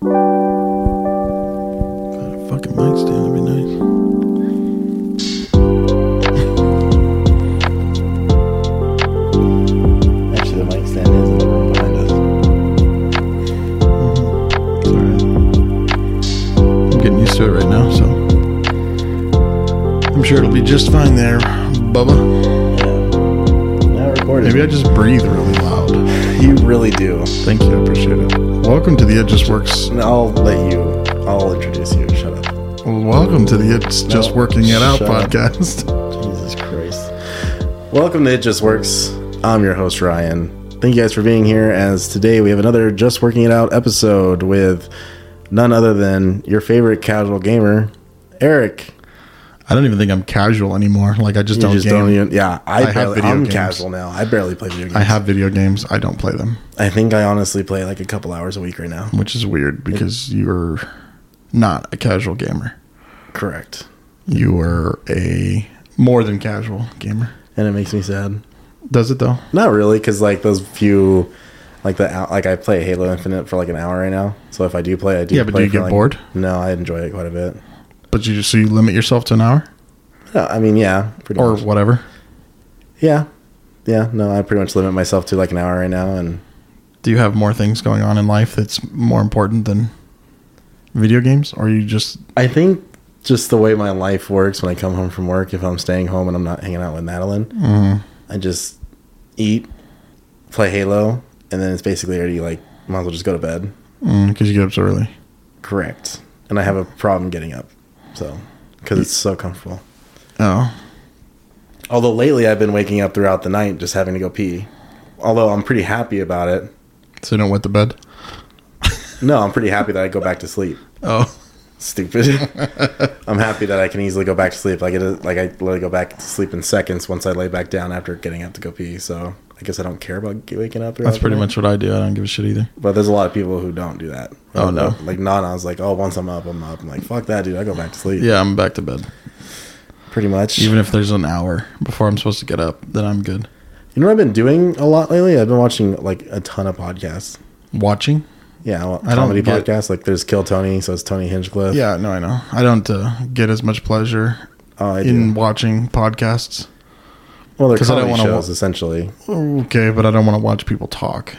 Got a fucking nightstand. That'd be nice. Actually, the mic stand is in the room behind us. It's all right. I'm getting used to it right now, so I'm sure it'll be just fine there, Bubba. Now recorded. Maybe I just breathe really loud. you really do. Thank you, I appreciate it. Welcome to the It Just Works. And I'll let you. I'll introduce you. Shut up. Welcome to the It's Just No, Working It Out shut up. podcast. Jesus Christ. Welcome to It Just Works. I'm your host Ryan. Thank you guys for being here. As today we have another Just Working It Out episode with none other than your favorite casual gamer, Eric. I don't even think I'm casual anymore. Like I just You don't just game. don't even. Yeah, I, I have barely, video I'm games. casual now. I barely play video games. I have video games. I don't play them, I think I honestly play like a couple hours a week right now. which is weird because you're not a casual gamer. Correct. You are a more than casual gamer. And it makes me sad. Does it though? Not really, because like those few, like the hou- like I play Halo Infinite for like an hour right now. So if I do play, I do. Yeah, but do play you for, get like- bored? No, I enjoy it quite a bit. But you just so you limit yourself to an hour No, I mean, yeah, pretty or much. whatever. Yeah, yeah. No, I pretty much limit myself to like an hour right now, and Do you have more things going on in life that's more important than video games? Or you just I think just the way my life works when I come home from work, if I'm staying home and I'm not hanging out with Madeline, Mm-hmm. I just eat, play Halo, and then it's basically already like might as well just go to bed. because mm, you get up so early? Correct. And I have a problem getting up, so because it's so comfortable. Oh, Although lately I've been waking up throughout the night just having to go pee. Although I'm pretty happy about it. so you don't wet the bed. No, I'm pretty happy that I go back to sleep. Oh, Stupid. I'm happy that I can easily go back to sleep. Like it is, like I literally go back to sleep in seconds once I lay back down after getting up to go pee. So I guess I don't care about g- waking up. that's pretty much what I do. I don't give a shit either. But there's a lot of people who don't do that. Oh, no. Like Nana was like, oh, once I'm up, I'm up. I'm like, fuck that, dude. I go back to sleep. Yeah, I'm back to bed. Pretty much. Even if there's an hour before I'm supposed to get up, then I'm good. you know what I've been doing a lot lately? I've been watching like a ton of podcasts. Watching? Yeah, well, don't comedy get- podcasts. Like there's Kill Tony, so it's Tony Hinchcliffe. Yeah, no, I know. I don't uh, get as much pleasure Oh, I in do. watching podcasts. Well, they're 'Cause I don't comedy wanna shows wa- essentially. Okay, but I don't want to watch people talk.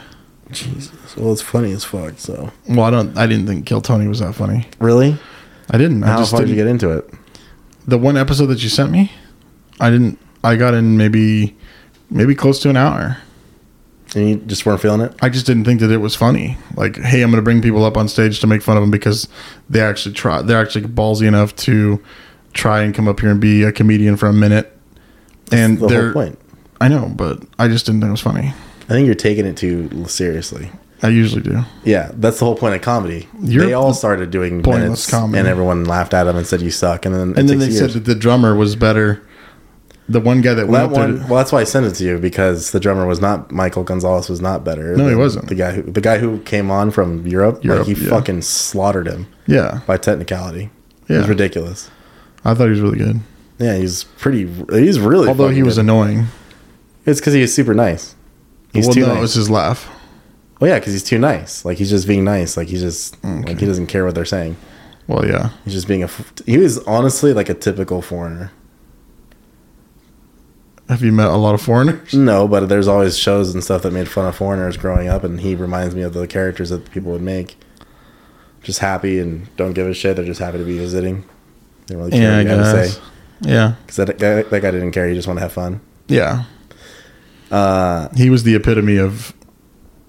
Jesus. Well, it's funny as fuck. So Well, I don't. I didn't think Kill Tony was that funny. really, I didn't. I how just far did didn't. you get into it? the one episode that you sent me, I didn't. I got in maybe, maybe close to an hour. And you just weren't feeling it. I just didn't think that it was funny. Like, hey, I'm going to bring people up on stage to make fun of them because they actually try. They're actually ballsy enough to try and come up here and be a comedian for a minute. And The they're. whole point. I know, but I just didn't think it was funny. I think you're taking it too seriously. I usually do. Yeah, that's the whole point of comedy. You're they all started doing pointless minutes, comedy. and everyone laughed at them and said you suck. And then it And then they takes said years. that the drummer was better. The one guy that Well, went that up there. one. Well, that's why I sent it to you because the drummer was not Michael Gonzalez was not better. No, he than wasn't. The guy who the guy who came on from Europe, Europe, like he yeah. fucking slaughtered him yeah, by technicality. It yeah. was ridiculous. I thought he was really good. Yeah, he's pretty. He's really. Although he fucking was good. annoying. it's because he was super nice. He's well, too no, nice. it was his laugh. well, yeah, because he's too nice. Like he's just being nice. Like he's just Okay. like he doesn't care what they're saying. Well, yeah. He's just being a. f- He was honestly like a typical foreigner. Have you met a lot of foreigners? No, but there's always shows and stuff that made fun of foreigners growing up, and he reminds me of the characters that people would make. Just happy and don't give a shit. They're just happy to be visiting. They don't really care Yeah, what I you have to guess. say. Yeah, Because that guy, that guy didn't care. He just wanted to have fun. yeah. Uh, he was the epitome of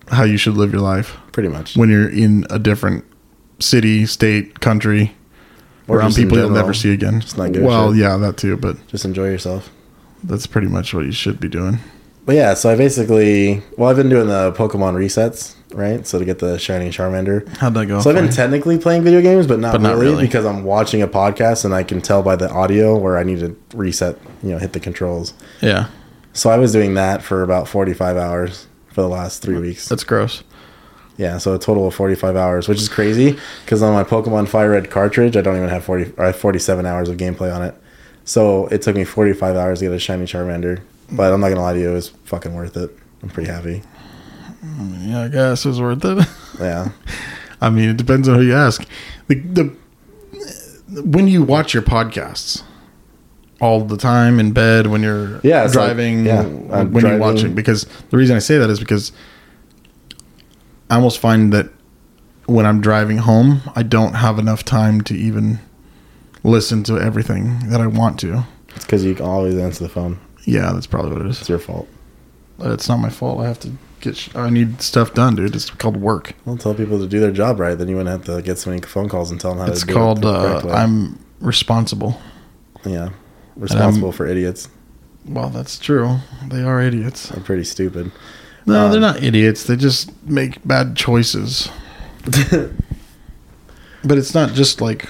how you should live your life Pretty much. when you're in a different city, state, country, Or around just in people you'll general, never see again. Just not give a well, shit. yeah, that too. But Just enjoy yourself. that's pretty much what you should be doing. But yeah, so I basically well, I've been doing the Pokemon resets right? So to get the Shining Charmander. How'd that go So I've for been you? technically playing video games, but not, But not really, really. because I'm watching a podcast and I can tell by the audio where I need to reset, you know, hit the controls. Yeah, So I was doing that for about 45 hours for the last three weeks. that's gross. Yeah, so a total of 45 hours, which is crazy because on my Pokemon Fire Red cartridge, I don't even have 40 or I have 47 hours of gameplay on it. So it took me 45 hours to get a shiny Charmander, but I'm not gonna lie to you, it was fucking worth it. I'm pretty happy. Yeah, I guess it was worth it. Yeah, I mean, it depends on who you ask. The, the when you watch your podcasts all the time in bed when you're Yeah, it's like- driving yeah, when I'm you're driving. watching because the reason I say that is because I almost find that when I'm driving home, I don't have enough time to even listen to everything that I want to. it's because you can always answer the phone. Yeah, that's probably what it It's is. your fault. It's not my fault. I have to get. Sh- I need stuff done, dude. It's called work. Well, tell people to do their job right, then you wouldn't have to get so many phone calls and tell them how It's to do called. it. the Uh, correct way. I'm responsible. yeah responsible for idiots. Well, that's true. They are idiots. I'm pretty stupid. No, Um, they're not idiots. They just make bad choices. but it's not just like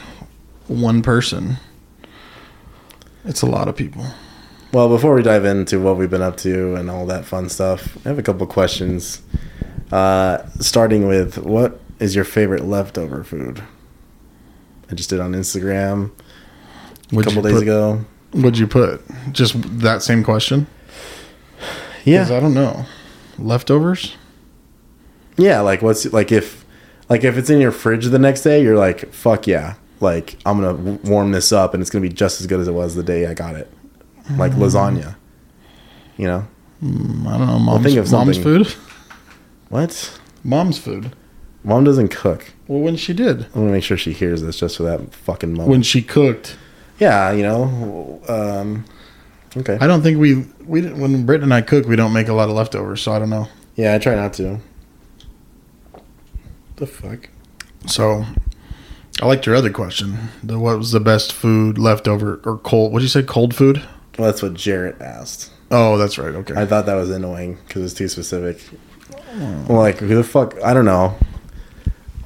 one person. It's a lot of people. Well, before we dive into what we've been up to and all that fun stuff, I have a couple questions. Uh, starting with, what is your favorite leftover food? I just did on Instagram a What'd couple you days put- ago. What'd you put? Just that same question? 'Cause Yeah, I don't know. Leftovers? yeah. Like, what's like if like if it's in your fridge the next day, you're like, fuck yeah, like I'm gonna w- warm this up and it's gonna be just as good as it was the day I got it. Like lasagna, you know Mm, I don't know. Mom's, think of mom's something. food? what? Mom's food. Mom doesn't cook. Well, when she did. I'm gonna make sure she hears this just for that fucking moment. When she cooked. Yeah, you know. Um, okay. I don't think we, we didn't, when Britt and I cook, we don't make a lot of leftovers. So I don't know. yeah, I try not to. The fuck? So, I liked your other question. The what was the best food leftover or cold? What did you say? Cold food? Well, that's what Jarrett asked. Oh, that's right. Okay. I thought that was annoying because it's too specific. I'm like, who the fuck? I don't know.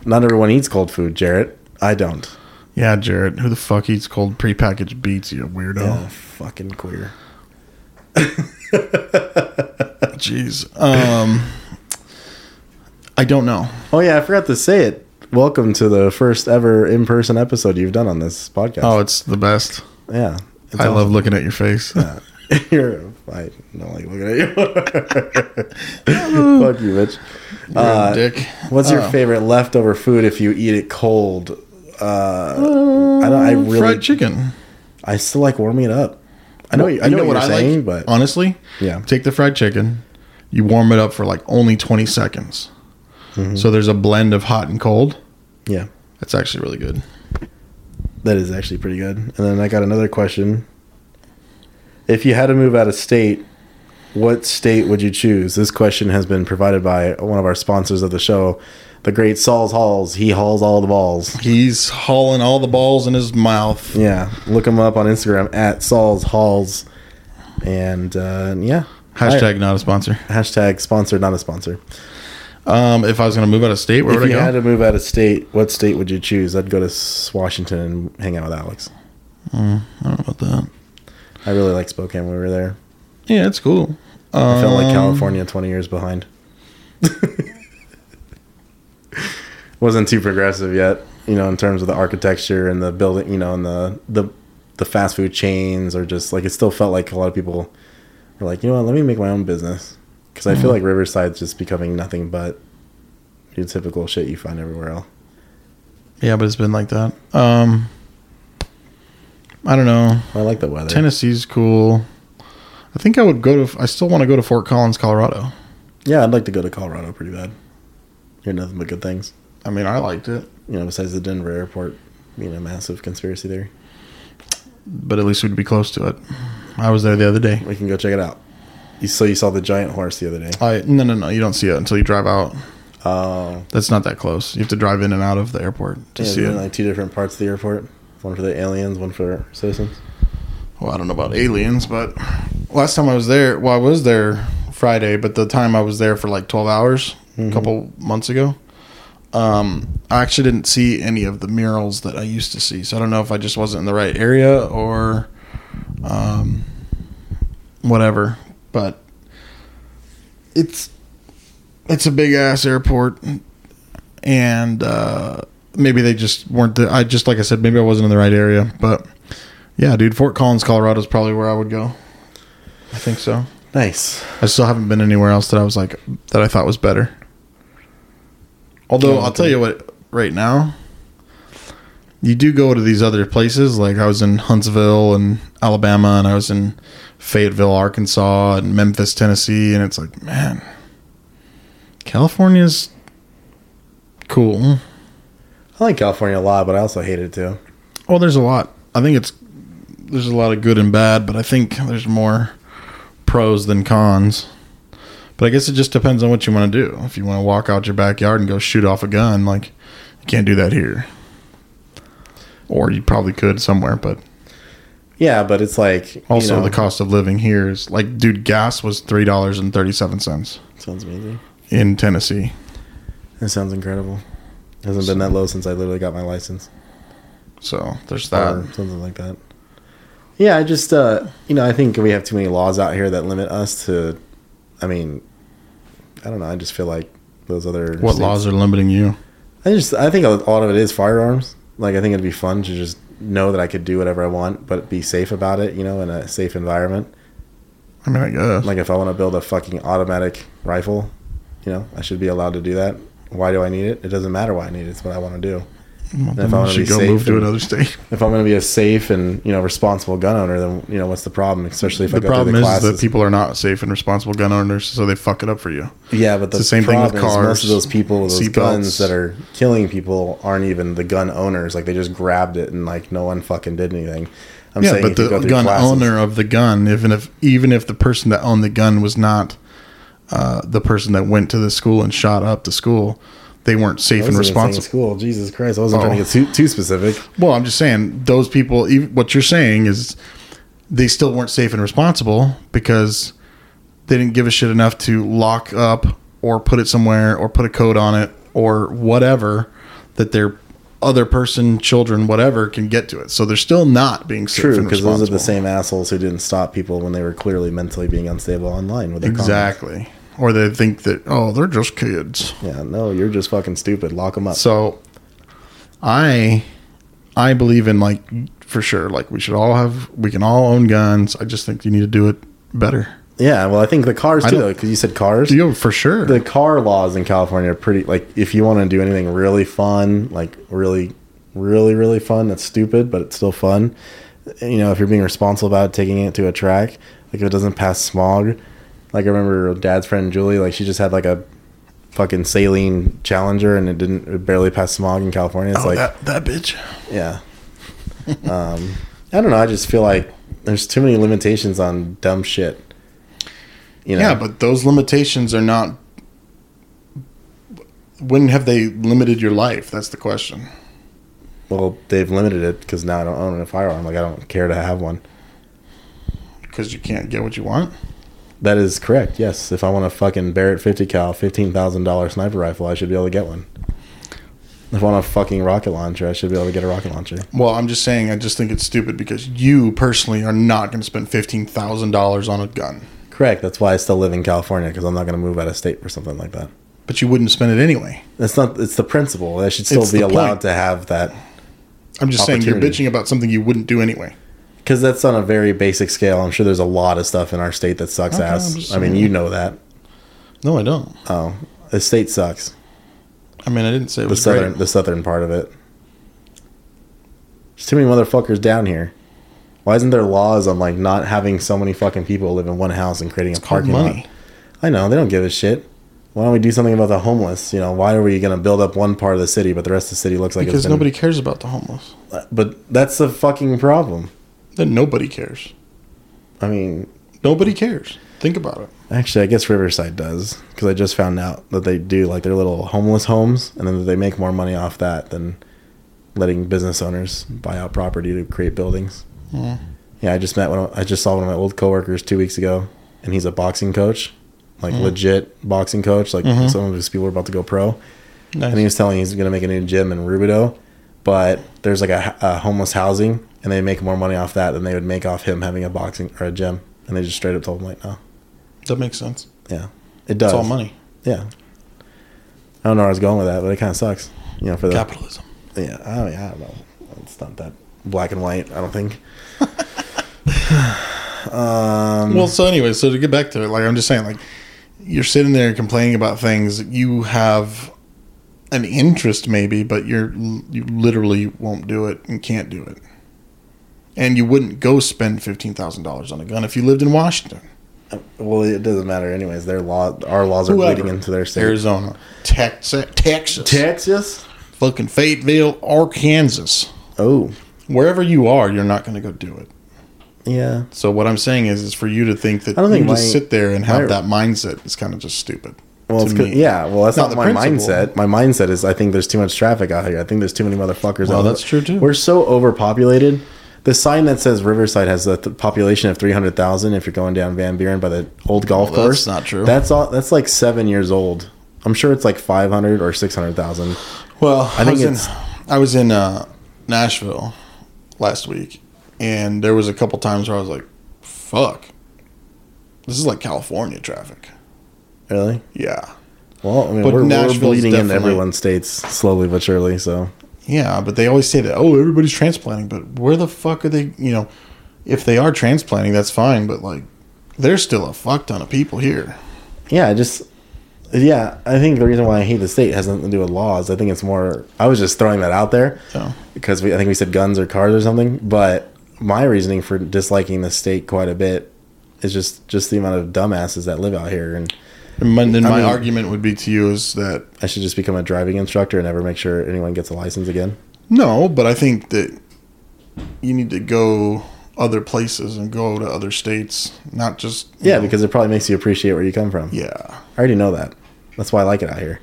Not everyone eats cold food, Jarrett. I don't. yeah, Jarrett. Who the fuck eats cold prepackaged beets? You Oh, weirdo. fucking queer. Jeez. Um, I don't know. Oh yeah, I forgot to say it. Welcome to the first ever in-person episode you've done on this podcast. Oh, it's the best. yeah, It's I love looking at your face. awesome. You're. I don't like looking at you. fuck you, bitch. You're a Uh, dick. What's your Oh. favorite leftover food if you eat it cold? Uh, I don't. I really. Fried chicken. I still like warming it up. I know. I know, what, you're saying, but honestly, Yeah. take the fried chicken, you warm it up for like only twenty seconds, Mm-hmm. so there's a blend of hot and cold. yeah, That's actually really good. that is actually pretty good. And then I got another question. If you had to move out of state, what state would you choose? This question has been provided by one of our sponsors of the show, the Great Saul's Halls. He hauls all the balls. He's hauling all the balls in his mouth. Yeah, look him up on Instagram at Saul's Halls, and uh, yeah, Hashtag not a sponsor. hashtag sponsor, not a sponsor. Um, if I was going to move out of state, where If would you I had go? to move out of state, what state would you choose? I'd go to S- Washington and hang out with Alex. I don't know about that. I really like Spokane when we were there. Yeah, it's cool. I felt Um, like California 20 years behind. Wasn't too progressive yet, you know, in terms of the architecture and the building, you know, and the the the fast food chains or just like it still felt like a lot of people were like, you know what, let me make my own business because I Mm-hmm. feel like Riverside's just becoming nothing but your typical shit you find everywhere else. Yeah, but it's been like that. Um, I don't know. I like the weather. Tennessee's cool. I think I would go to. I still want to go to Fort Collins, Colorado. Yeah, I'd like to go to Colorado pretty bad. Hear nothing but good things. I mean, I liked it, You know, besides the Denver airport being a massive conspiracy theory. but at least we'd be close to it. I was there the other day. We can go check it out. You so you saw the giant horse the other day. I no no no. You don't see it until you drive out. Oh, That's not that close. You have to drive in and out of the airport to yeah, see see it. like two different parts of the airport. One for the aliens, one for citizens. well, I don't know about aliens, but last time I was there, well, I was there Friday, but the time I was there for like 12 hours, a couple months ago. Um, I actually didn't see any of the murals that I used to see, so I don't know if I just wasn't in the right area or um, whatever. But it's it's a big ass airport, and uh, maybe they just weren't. The, I just like I said, maybe I wasn't in the right area. But yeah, dude, Fort Collins, Colorado is probably where I would go. I think so. Nice. I still haven't been anywhere else that I was like that I thought was better. Although Yeah, I'll tell you what, right now, you do go to these other places. Like I was in Huntsville and Alabama, and I was in Fayetteville, Arkansas, and Memphis, Tennessee, and it's like, man, California's cool. I like California a lot, but I also hate it too. Well, there's a lot. I think it's there's a lot of good and bad, but I think there's more pros than cons. But I guess it just depends on what you want to do. If you want to walk out your backyard and go shoot off a gun, like you can't do that here. Or you probably could somewhere, but Yeah, but it's like also you know, the cost of living here is like, dude, gas was three dollars and thirty seven cents sounds amazing. in Tennessee. That sounds incredible. hasn't been that low since I literally got my license. So there's that. or something like that. Yeah, I just uh, you know, I think we have too many laws out here that limit us to. I mean, I don't know. I just feel like those other what states- laws are limiting you? I just I think a lot of it is firearms. Like I think it'd be fun to just know that I could do whatever I want, but be safe about it. You know, in a safe environment. I mean, I guess. Like if I want to build a fucking automatic rifle, you know, I should be allowed to do that. Why do I need it? It doesn't matter why I need it. It's what I want to do. Well, then if I you wanna should be go safe move to and- another state. If I'm going to be a safe and you know responsible gun owner, then you know what's the problem? Especially if I the go problem through is the classes. that people are not safe and responsible gun owners, so they fuck it up for you. Yeah, but the, the same thing problem with is Most cars, of those people with those seatbelts. guns that are killing people aren't even the gun owners. Like they just grabbed it and like no one fucking did anything. I'm yeah, but if you the go through gun classes- owner of the gun, even if even if the person that owned the gun was not uh, the person that went to the school and shot up the school, they weren't I safe and wasn't even saying responsible. School, Jesus Christ! I wasn't trying to Oh. get too, too specific. Well, I'm just saying those people. ev what you're saying is they still weren't safe and responsible because they didn't give a shit enough to lock up or put it somewhere or put a code on it or whatever that their other person, children, whatever can get to it. So they're still not being safe True, and because those responsible. are the same assholes who didn't stop people when they were clearly mentally being unstable online with their comments. Exactly. Or they think that oh, they're just kids. Yeah, no, you're just fucking stupid. Lock them up. So I I believe in like for sure like we should all have we can all own guns. I just think you need to do it better. yeah, well, I think the cars I too, don't- though, because you said cars. You know, for sure. the car laws in California are pretty like if you want to do anything really fun, like really really really fun, that's stupid, but it's still fun. You know, if you're being responsible about it, taking it to a track, like if it doesn't pass smog, like I remember dad's friend Julie, like she just had like a fucking saline challenger and it didn't it barely pass smog in California. It's Oh, like that that bitch. yeah. um I don't know, I just feel like there's too many limitations on dumb shit. You know. Yeah, but those limitations are not when have they limited your life? That's the question. Well, they've limited it because now I don't own a firearm. Like I don't care to have one. Because you can't get what you want. That is correct. Yes, if I want a fucking Barrett 50 cal, fifteen thousand dollar sniper rifle, I should be able to get one. If I want a fucking rocket launcher, I should be able to get a rocket launcher. Well, I'm just saying I just think it's stupid because you personally are not going to spend $15,000 on a gun. Correct. That's why I still live in California because I'm not going to move out of state for something like that. But you wouldn't spend it anyway. That's not. It's the principle. I should still It's be the allowed point. to have that I'm just saying you're Opportunity. bitching about something you wouldn't do anyway. because that's on a very basic scale. I'm sure there's a lot of stuff in our state that sucks Okay, I'm ass. just I mean, saying. you know that. No, I don't. Oh, the state sucks. I mean, I didn't say it the was southern great. the southern part of it. There's too many motherfuckers down here. Why isn't there laws on like not having so many fucking people live in one house and creating a called parking money. lot? I know they don't give a shit. Why don't we do something about the homeless? You know, why are we going to build up one part of the city but the rest of the city looks like because it's been, nobody cares about the homeless. But that's the fucking problem. Then nobody cares. I mean, Nobody cares. Think about it. actually, I guess Riverside does because I just found out that they do like their little homeless homes, and then they make more money off that than letting business owners buy out property to create buildings. Yeah. Yeah, I just met one. Of, I just saw one of my old coworkers two weeks ago, and he's a boxing coach, like legit boxing coach. Like some of his people are about to go pro, Nice. and he was telling he's going to make a new gym in Rubido, but there's like a, a homeless housing, and they make more money off that than they would make off him having a boxing or a gym. And they just straight up told him like, no, that makes sense. yeah, it does. It's all money. Yeah, I don't know where I was going with that, but it kind of sucks. You know, for the Capitalism. yeah, I mean, I don't know. It's not that black and white. I don't think. um, Well, so anyway, so to get back to it, like I'm just saying, like you're sitting there complaining about things that you have an interest, maybe, but you're you literally won't do it and can't do it, and you wouldn't go spend fifteen thousand dollars on a gun if you lived in Washington, Uh, Well, it doesn't matter, anyways. Their law, our laws are bleeding Whoever. into their state. Arizona, Texas, Texas, Texas. fucking Fayetteville, Arkansas, Oh, wherever you are, you're not going to go do it. yeah. So what I'm saying is, is for you to think that I don't you think just my- sit there and have my- that mindset is kind of just stupid. Well, to it's 'cause- me. yeah. Well, that's Not not, the my principle. mindset. My mindset is I think there's too much traffic out here. I think there's too many motherfuckers. Well, out that's there. true, too. We're so overpopulated. The sign that says Riverside has a th- population of three hundred thousand. If you're going down Van Buren by the old golf Well, that's course, not true. That's all. That's like seven years old. I'm sure it's like five hundred or six hundred thousand. Well, I, think was in, it's- I was in uh, Nashville last week, and there was a couple times where I was like, "Fuck, this is like California traffic." Really? Yeah, Well, I mean, But we're, we're Nashville's bleeding in definitely- everyone's states slowly but surely. So yeah, but they always say that, "Oh, everybody's transplanting," but where the fuck are they? You know, if they are transplanting, that's fine, but like, there's still a fuck ton of people here. yeah, I just yeah, I think the reason why I hate the state has nothing to do with laws. I think it's more. I was just throwing that out there So because we, I think we said guns or cars or something. But my reasoning for disliking the state quite a bit is just just the amount of dumbasses that live out here, and and my, then my mean- argument would be to you is that I should just become a driving instructor and never make sure anyone gets a license again. No, but I think that you need to go other places and go to other states, not just you Yeah, know, because it probably makes you appreciate where you come from. yeah, I already know that. That's why I like it out here.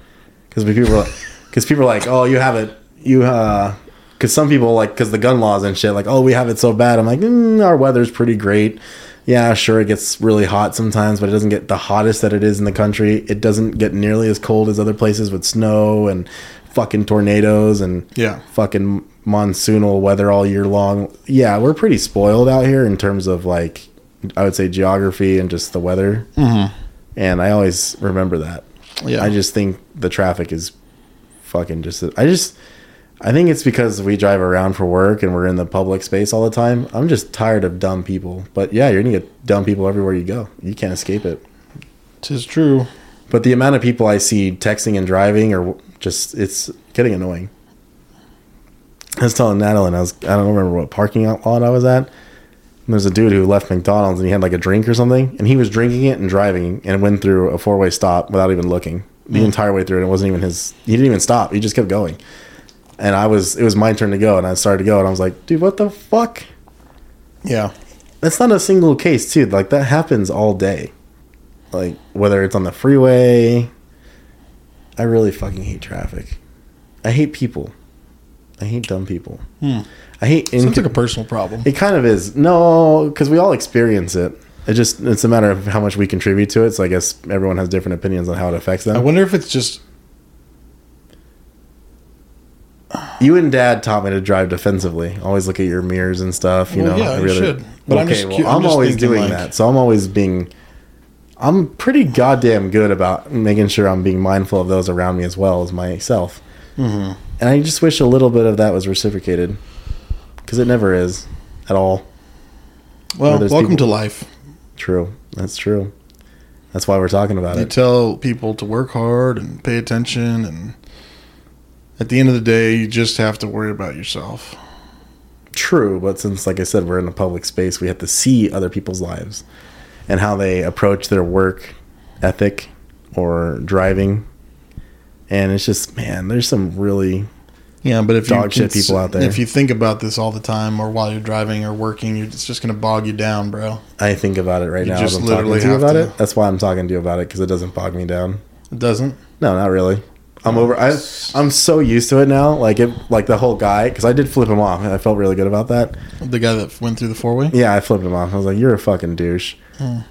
Because people, because people are like, oh, you have it, you. Because some people like, because the gun laws and shit, like, oh, we have it so bad. I'm like, mm, our weather's pretty great. Yeah, sure, it gets really hot sometimes, but it doesn't get the hottest that it is in the country. It doesn't get nearly as cold as other places with snow and fucking tornadoes and Yeah. fucking monsoonal weather all year long. Yeah, we're pretty spoiled out here in terms of like, I would say geography and just the weather and I always remember that. Yeah. I just think the traffic is fucking just. I just, I think it's because we drive around for work and we're in the public space all the time. I'm just tired of dumb people. But yeah, you're gonna get dumb people everywhere you go. You can't escape it. tis true. But the amount of people I see texting and driving or just, it's getting annoying. I was telling Natalie, and I was, I don't remember what parking lot I was at. And there's a dude who left McDonald's and he had like a drink or something, and he was drinking it and driving and went through a four way stop without even looking the entire way through. And it wasn't even his, he didn't even stop, he just kept going. And I was, it was my turn to go, and I started to go, and I was like, dude, what the fuck? Yeah, that's not a single case too like that happens all day like whether it's on the freeway i really fucking hate traffic i hate people i hate dumb people i hate inc- Hmm. sounds like a personal problem. it kind of is no because we all experience it it just it's a matter of how much we contribute to it so i guess everyone has different opinions on how it affects I them wonder if it's just you and dad taught me to drive defensively always look at your mirrors and stuff you Well, know yeah, I you really- should. But I'm okay, just well, cu- I'm I'm, just always thinking, doing like- that so i'm always being I'm pretty goddamn good about making sure I'm being mindful of those around me as well as myself. Mm-hmm. And I just wish a little bit of that was reciprocated because it never is at all. well, there's welcome people- to life. True. That's true. That's why we're talking about You it. tell people to work hard and pay attention, and at the end of the day, you just have to worry about yourself. True, but since, like I said, we're in a public space, we have to see other people's lives and how they approach their work ethic or driving. And it's just, man, there's some really Yeah, but if Dog shit people out there. if you think about this all the time, or while you're driving or working, you're, it's just going to bog you down, bro. I think about it right now. just as I'm talking literally to you have about to. it. That's why I'm talking to you about it because it doesn't bog me down. It doesn't. No, not really. I'm over. I, I'm so used to it now. Like it, like the whole guy. Because I did flip him off, and I felt really good about that. The guy that went through the four way. Yeah, I flipped him off. I was like, "You're a fucking douche,"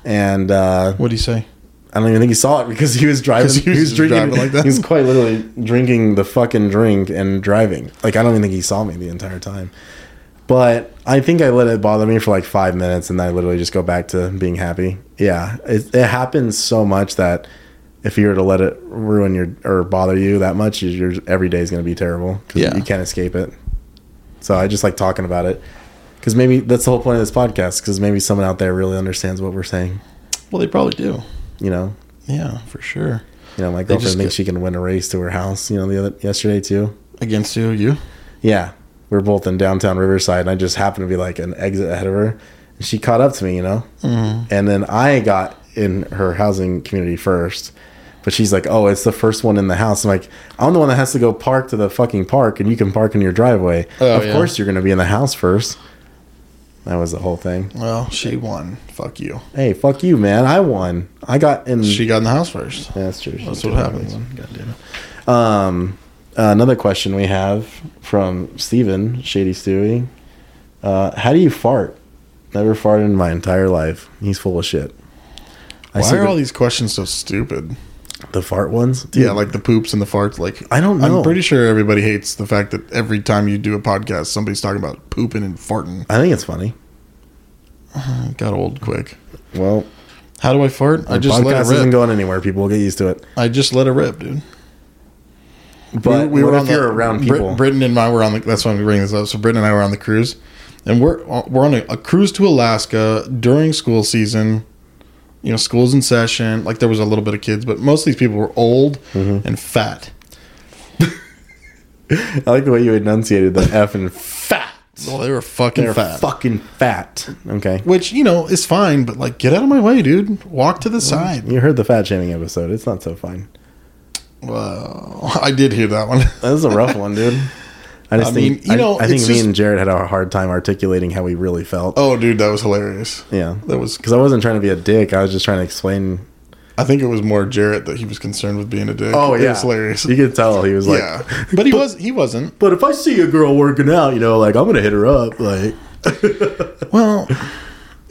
and uh, What do you say? I don't even think he saw it because he was driving. 'Cause He was, drinking driving like that. He was quite literally drinking the fucking drink and driving. Like I don't even think he saw me the entire time. But I think I let it bother me for like five minutes, and I literally just go back to being happy. Yeah, it, it happens so much that if you were to let it ruin your or bother you that much, your your every day is going to be terrible. 'cause Yeah. you can't escape it. So I just like talking about it because maybe that's the whole point of this podcast. Because maybe someone out there really understands what we're saying. Well, they probably do. You know, Yeah, for sure. you know, my They girlfriend just thinks get- she can win a race to her house. You know, the other yesterday too. Against you, you. Yeah, we are both in downtown Riverside, and I just happened to be like an exit ahead of her, and she caught up to me. You know, Mm-hmm. and then I got in her housing community first. But she's like, "Oh, it's the first one in the house." I'm like, "I'm the one that has to go park to the fucking park, and you can park in your driveway. Oh, of yeah. course, you're going to be in the house first. That was the whole thing. Well, she won. Fuck you. Hey, fuck you, man! I won. I got in. She got in the house first. Yeah, that's true. That's what happens. God damn Mm. it. Um, another question we have from Steven, Shady Stewie. Uh, how do you fart? Never farted in my entire life. He's full of shit. I Why see are the, all these questions so stupid? the fart ones? Yeah, like the poops and the farts. Like I don't know. I'm pretty sure everybody hates the fact that every time you do a podcast, somebody's talking about pooping and farting. I think it's funny. It got old quick. Well, How do I fart? I the just podcast let it isn't rip. going anywhere. People will get used to it. I just let it rip, dude. But we, what if the- you're around Brit- people? Britton and I were on the. That's why I'm bringing this up. So Britton and I were on the cruise, and we're we're on a, a cruise to Alaska during school season. You know, school's in session. Like there was a little bit of kids, but most of these people were old and fat. I like the way you enunciated the F and fat. Well, they were fucking They're fat. fucking fat. Okay. Which you know is fine, but like, get out of my way, dude. Walk to the side. You heard the fat shaming episode. It's not so fine. Well, I did hear that one. That was a rough one, dude. I just I think mean, you I- know, I, think it's me just- and Jared had a hard time articulating how we really felt. Oh, dude, that was hilarious. yeah, That was. because I wasn't trying to be a dick. I was just trying to explain. I think it was more Jarrett that he was concerned with being a dick. it was Oh, hilarious. You could tell Oh, he was like, yeah, but he was. He wasn't. but if I see a girl working out, you know, like I'm gonna hit her up. Like, Well,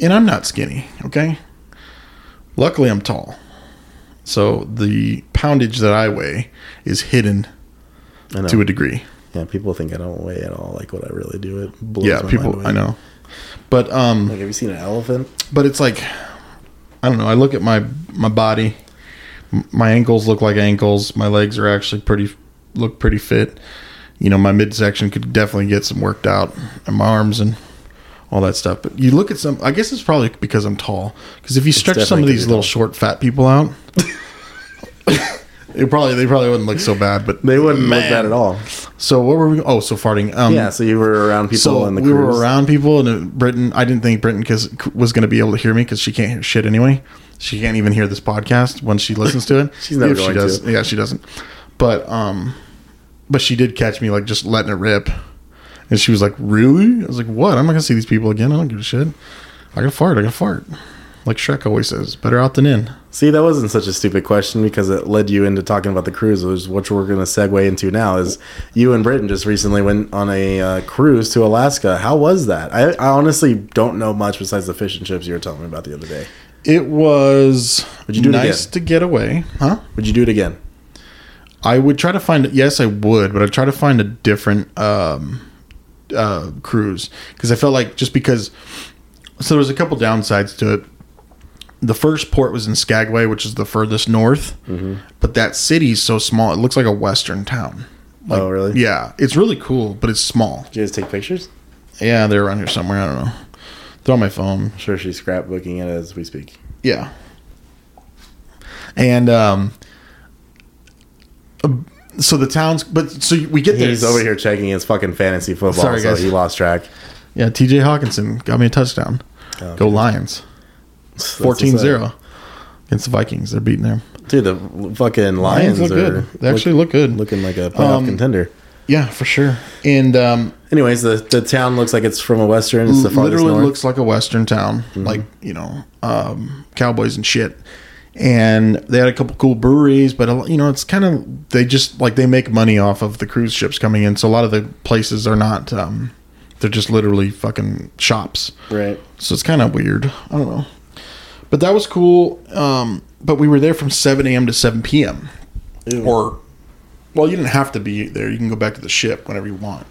and I'm not skinny, okay? Luckily, I'm tall. So the poundage that I weigh is hidden I know. to a degree. yeah, people think I don't weigh at all. Like what I really do. It blows yeah, my mind people, away. I know. But um Like, have you seen an elephant? but it's like I don't know, I look at my my body. M- My ankles look like ankles. My legs are actually pretty look pretty fit. You know, my midsection could definitely get some worked out and my arms and all that stuff. But you look at some I guess it's probably because I'm tall because if you stretch some of definitely 'cause these you're little short fat people out it probably they probably wouldn't look so bad, but They wouldn't look Man. that at all. so what were we Oh, so farting. Um Yeah, so you were around people so on the we cruise. were around people, and uh, Britain. I didn't think Britain cause, was going to be able to hear me because she can't hear shit anyway. She can't even hear this podcast when she listens to it. She's never If she going does, to. Yeah, she doesn't. But um, but she did catch me like just letting it rip, and she was like, "Really?" I was like, "What? I'm not going to see these people again. I don't give a shit. I got to fart. I got to fart." Like Shrek always says, "Better out than in." See, that wasn't such a stupid question because it led you into talking about the cruise, which which we're going to segue into now. Is you and Britain just recently went on a uh, cruise to Alaska? How was that? I, I honestly don't know much besides the fish and chips you were telling me about the other day. It was Would you do it nice again? to get away, huh? Would you do it again? I would try to find yes, I would, but I'd try to find a different um, uh, cruise because I felt like just because. So there's a couple downsides to it. The first port was in Skagway, which is the furthest north, Mm-hmm. but that city's so small; it looks like a western town. Like, oh, really? Yeah, it's really cool, but it's small. Did you guys take pictures? Yeah, they're around here somewhere. I don't know. They're on my phone. I'm sure she's scrapbooking it as we speak. Yeah. And um, uh, so the towns, but so we get there. He's over here checking his fucking fantasy football, Sorry, so guys. he lost track. Yeah, TJ Hawkinson got me a touchdown. Oh, Go dude. Lions. That's what's up. 14 0 against the Vikings. They're beating them. Dude, the fucking Lions Lions, look are good. They actually look good. looking like a playoff Um, contender. Yeah, for sure. And um, Anyways, the, the town looks like it's from a western. It's the farthest literally north. Mm-hmm. looks like a Western town, like, you know, um, cowboys and shit. And they had a couple cool breweries, but, a lo- you know, it's kind of, they just, like, they make money off of the cruise ships coming in. So a lot of the places are not, um, they're just literally fucking shops. right. So it's kind of weird. I don't know. But that was cool. Um, but we were there from 7 a.m. to 7 p.m. Or, well, you didn't have to be there. You can go back to the ship whenever you want.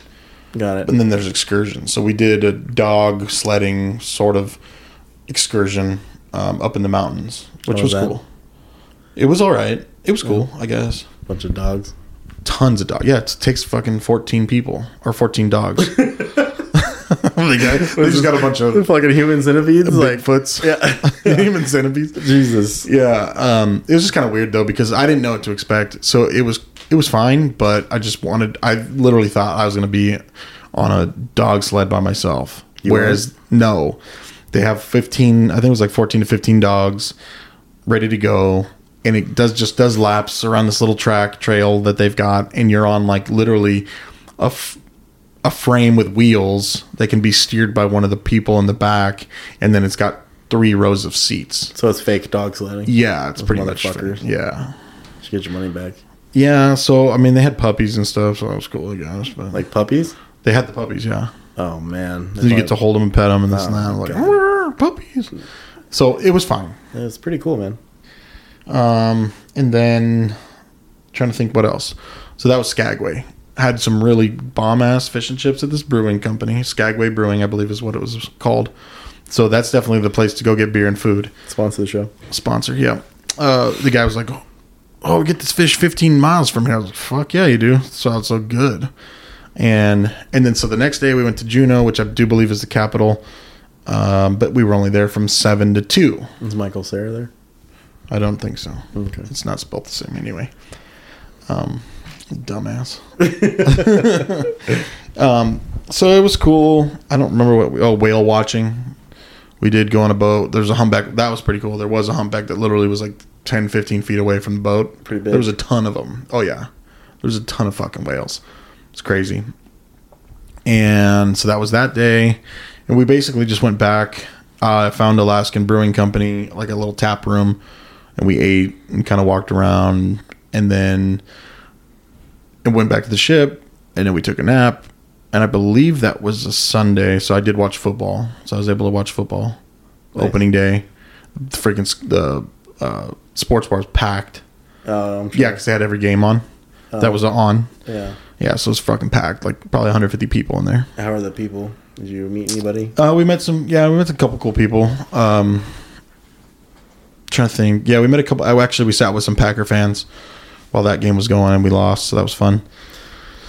Got And it. then there's excursions. So we did a dog sledding sort of excursion um, up in the mountains, which was How was that? cool. It was all right. It was cool, I guess. Bunch of dogs. Tons of dogs. Yeah, it takes fucking 14 people or 14 dogs. they got- they just got a bunch of fucking human centipedes. Like, Bigfoots. Yeah. Human centipedes. Jesus. Yeah, um, it was just kind of weird though because I didn't know what to expect. So it was it was fine, but I just wanted. I literally thought I was going to be on a dog sled by myself. Whereas no, they have fifteen. I think it was like fourteen to fifteen dogs ready to go, and it does just does laps around this little track trail that they've got, and you're on like literally a. F- a frame with wheels that can be steered by one of the people in the back, and then it's got three rows of seats. So it's fake dog sledding. Yeah, it's pretty much motherfuckers. yeah, Should get your money back. yeah. So I mean, they had puppies and stuff, so that was cool, I guess. But like Like puppies? they had the puppies, yeah. Oh man. So you get to hold them and pet them and this and that. Oh, I'm like God. "Roar, puppies. So it was fine. It's pretty cool, man. And then trying to think what else. So that was Skagway. Had some really bomb ass fish and chips at this brewing company, Skagway Brewing, I believe is what it was called. So that's definitely the place to go get beer and food. Sponsor the show. sponsor. Yeah. Uh, the guy was like, "Oh, get this fish 15 miles from here." I was like, "Fuck yeah, you do." Sounds so good. And and then so the next day we went to Juneau, which I do believe is the capital. Um, but we were only there from seven to two. Is Michael Sarah there? I don't think so. Okay. It's not spelled the same anyway. Um, dumbass. um, so it was cool. I don't remember what we, oh, whale watching. We did go on a boat. There's a humpback. That was pretty cool. There was a humpback that literally was like 10, 15 feet away from the boat. Pretty big. There was a ton of them. Oh, yeah. There's a ton of fucking whales. It's crazy. And so that was that day. And we basically just went back. Uh, I found Alaskan Brewing Company, like a little tap room, and we ate and kind of walked around and then and went back to the ship and then we took a nap. And I believe that was a Sunday, so I did watch football. So I was able to watch football Nice. opening day. The freaking s- the uh, sports bar was packed. Uh, I'm sure. Oh. Yeah, because they had every game on. that was on. Yeah. Yeah, so it's fucking packed. Like probably 150 people in there. How are the people? Did you meet anybody? Uh, we met some. Yeah, we met a couple cool people. Um, trying to think. Yeah, we met a couple. I actually we sat with some Packer fans while that game was going, and we lost, so that was fun.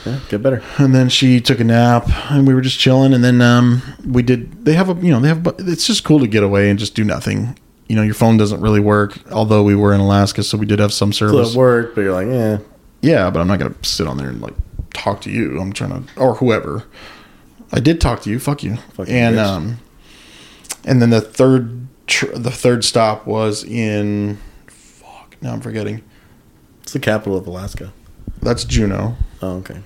Yeah, get better. And then she took a nap, and we were just chilling. And then um, we did. They have a you know they have. but It's just cool to get away and just do nothing. You know, your phone doesn't really work. Although we were in Alaska, so we did have some So service. it worked, but you're like, eh, yeah. Yeah, but I'm not gonna sit on there and like talk to you. I'm trying to or whoever. I did talk to you. Fuck you. Fuck you, and bitch. um, and then the third tr- the third stop was in. Fuck. Now I'm forgetting. It's the capital of Alaska. That's Juneau, Oh, okay.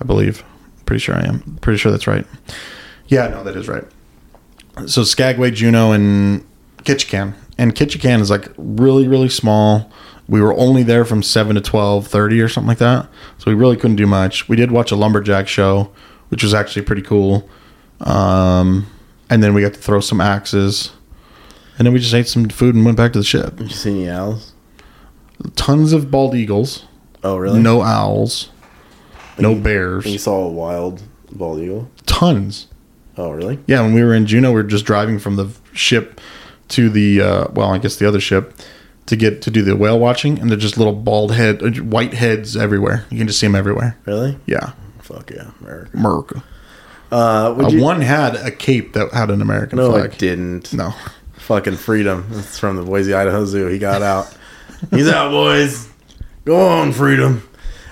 I believe. Pretty sure I am. Pretty sure that's right. Yeah, no, that is right. So Skagway, Juneau, and Ketchikan, and Ketchikan is like really, really small. We were only there from seven to twelve thirty or something like that, so we really couldn't do much. We did watch a lumberjack show, which was actually pretty cool. Um, and then we got to throw some axes, and then we just ate some food and went back to the ship. Did you see any owls? Tons of bald eagles, Oh, really? no owls, no You bears, saw a wild bald eagle? tons. Oh, really? Yeah, when we were in Juneau, we were just driving from the ship to the uh, well, I guess the other ship to get to do the whale watching, and they're just little bald head, uh, white heads everywhere. You can just see them everywhere. Really? Yeah, Fuck yeah, America. America. Uh, would Uh, you? one had a cape that had an American no, I flag. didn't. No, Fucking freedom. It's from the Boise, Idaho Zoo. He got out. He's out, boys. Go on, freedom.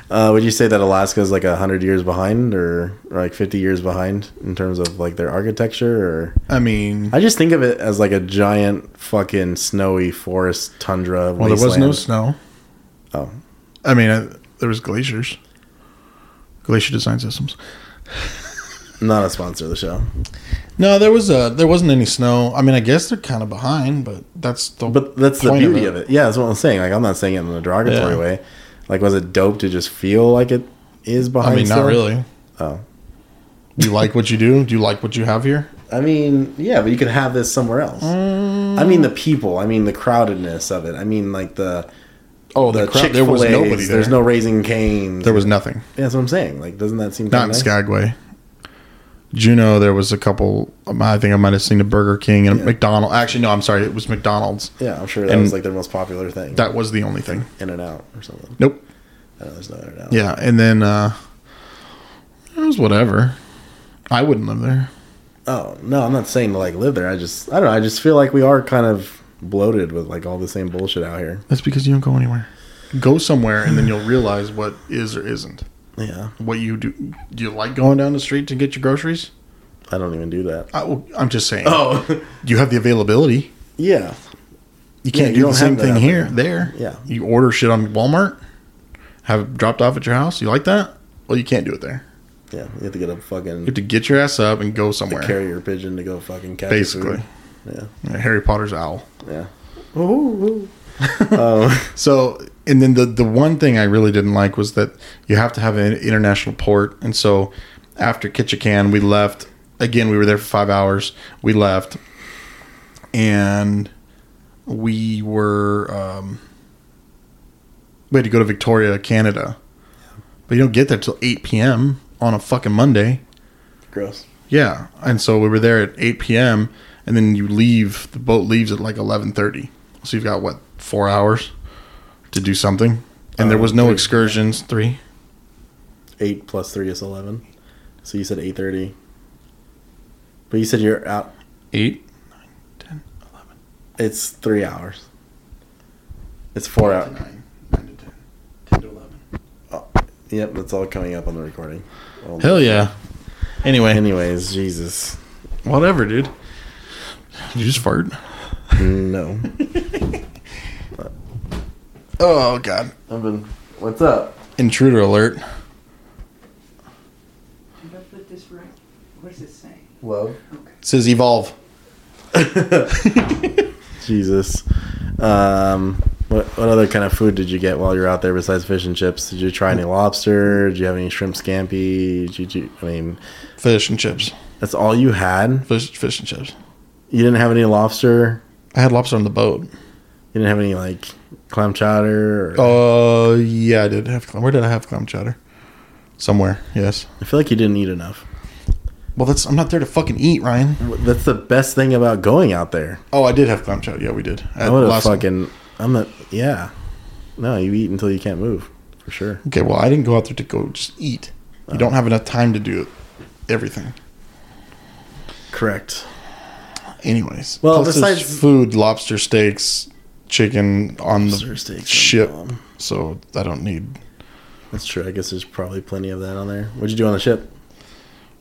Uh, would you say that Alaska is like hundred years behind, or, or like fifty years behind in terms of like their architecture? Or I mean, I just think of it as like a giant fucking snowy forest tundra. well, there was no snow. Oh. I mean, I, there was glaciers. Glacier Design Systems. Not a sponsor of the show, No, there was uh there wasn't any snow. I mean, I guess they're kind of behind, but that's the but that's the point beauty of it. Yeah, that's what I'm saying. Like I'm not saying it in a derogatory Yeah. way. Like, was it dope to just feel like it is behind? I mean, not snow? really. Oh. Do you like what you do? Do you like what you have here? I mean, yeah, but you could have this somewhere else. I mean, the people. I mean, the crowdedness of it. I mean, like the Oh, the, the, crowd. Chick There Fil was nobody there. There's no raising canes. There was nothing. Yeah, that's what I'm saying. Like, doesn't that seem Not kinda in nice? Skagway. Juneau, there was a couple. um, I think I might have seen a Burger King and a Yeah. McDonald's. Actually, no, I'm sorry. It was McDonald's. Yeah, I'm sure that And- was like their most popular thing. That was the only thing. In and out or something. Nope. I don't know, there's no In and out. Yeah, and then uh, it was whatever. I wouldn't live there. Oh no, I'm not saying to like live there. I just I don't know. I just feel like we are kind of bloated with like all the same bullshit out here. That's because you don't go anywhere. Go somewhere, and then you'll realize what is or isn't. Yeah, What you do? Do you like going down the street to get your groceries? I don't even do that. I, well, I'm just saying. Oh you have the availability. yeah, You can't you do don't the same have that thing out here. There. Yeah. You order shit on Walmart, have it dropped off at your house. You like that? Well, you can't do it there. yeah. You have to get a You have fucking to get your ass up and go somewhere. carrier pigeon to go fucking catch basically, Food. Yeah, Harry Potter's owl. Yeah, yeah. So, and then the the one thing I really didn't like was that you have to have an international port. And so, after Ketchikan, we left. Again, we were there for five hours. We left, and we were um, we had to go to Victoria, Canada. But you don't get there till eight p.m. on a fucking Monday. Gross. Yeah, and so we were there at 8 p.m. and then you leave. The boat leaves at like 11:30. So you've got what four hours to do something, and there Uh, was no three. excursions. Three. Eight plus three is eleven. So you said eight thirty. But you said you're out. Eight. It's three hours. It's four hours. Uh, Nine. Nine to ten. Ten to eleven. Yep, that's all coming up on the recording. Well, Hell yeah. Anyway, Anyways, Jesus. whatever, dude. Did you just fart? No. Oh god. I've been. What's up? Intruder alert. Did I put this right? What is it saying? Love. It says evolve. Jesus. Um, what what other kind of food did you get while you were out there besides fish and chips? Did you try any lobster? Did you have any shrimp scampi? Did you, I mean, Fish and chips. that's all you had. Fish, fish and chips. You didn't have any lobster. I had lobster on the boat. You didn't have any like clam chowder. Or, Oh yeah, I did have clam. Where did I have clam chowder? Somewhere, yes. I feel like you didn't eat enough. Well, that's I'm not there to fucking eat, Ryan. That's the best thing about going out there. Oh, I did have clam chowder. Yeah, we did. I would have fucking. I'm not. Yeah. No, you eat until you can't move, for sure. Okay, well, I didn't go out there to go just eat. You Uh. don't have enough time to do everything. Correct. Anyways, Well, plus besides- there's food, lobster steaks, chicken on Lobster the steaks on ship, bomb. so I don't need That's true. I guess there's probably plenty of that on there. What'd you do on the ship?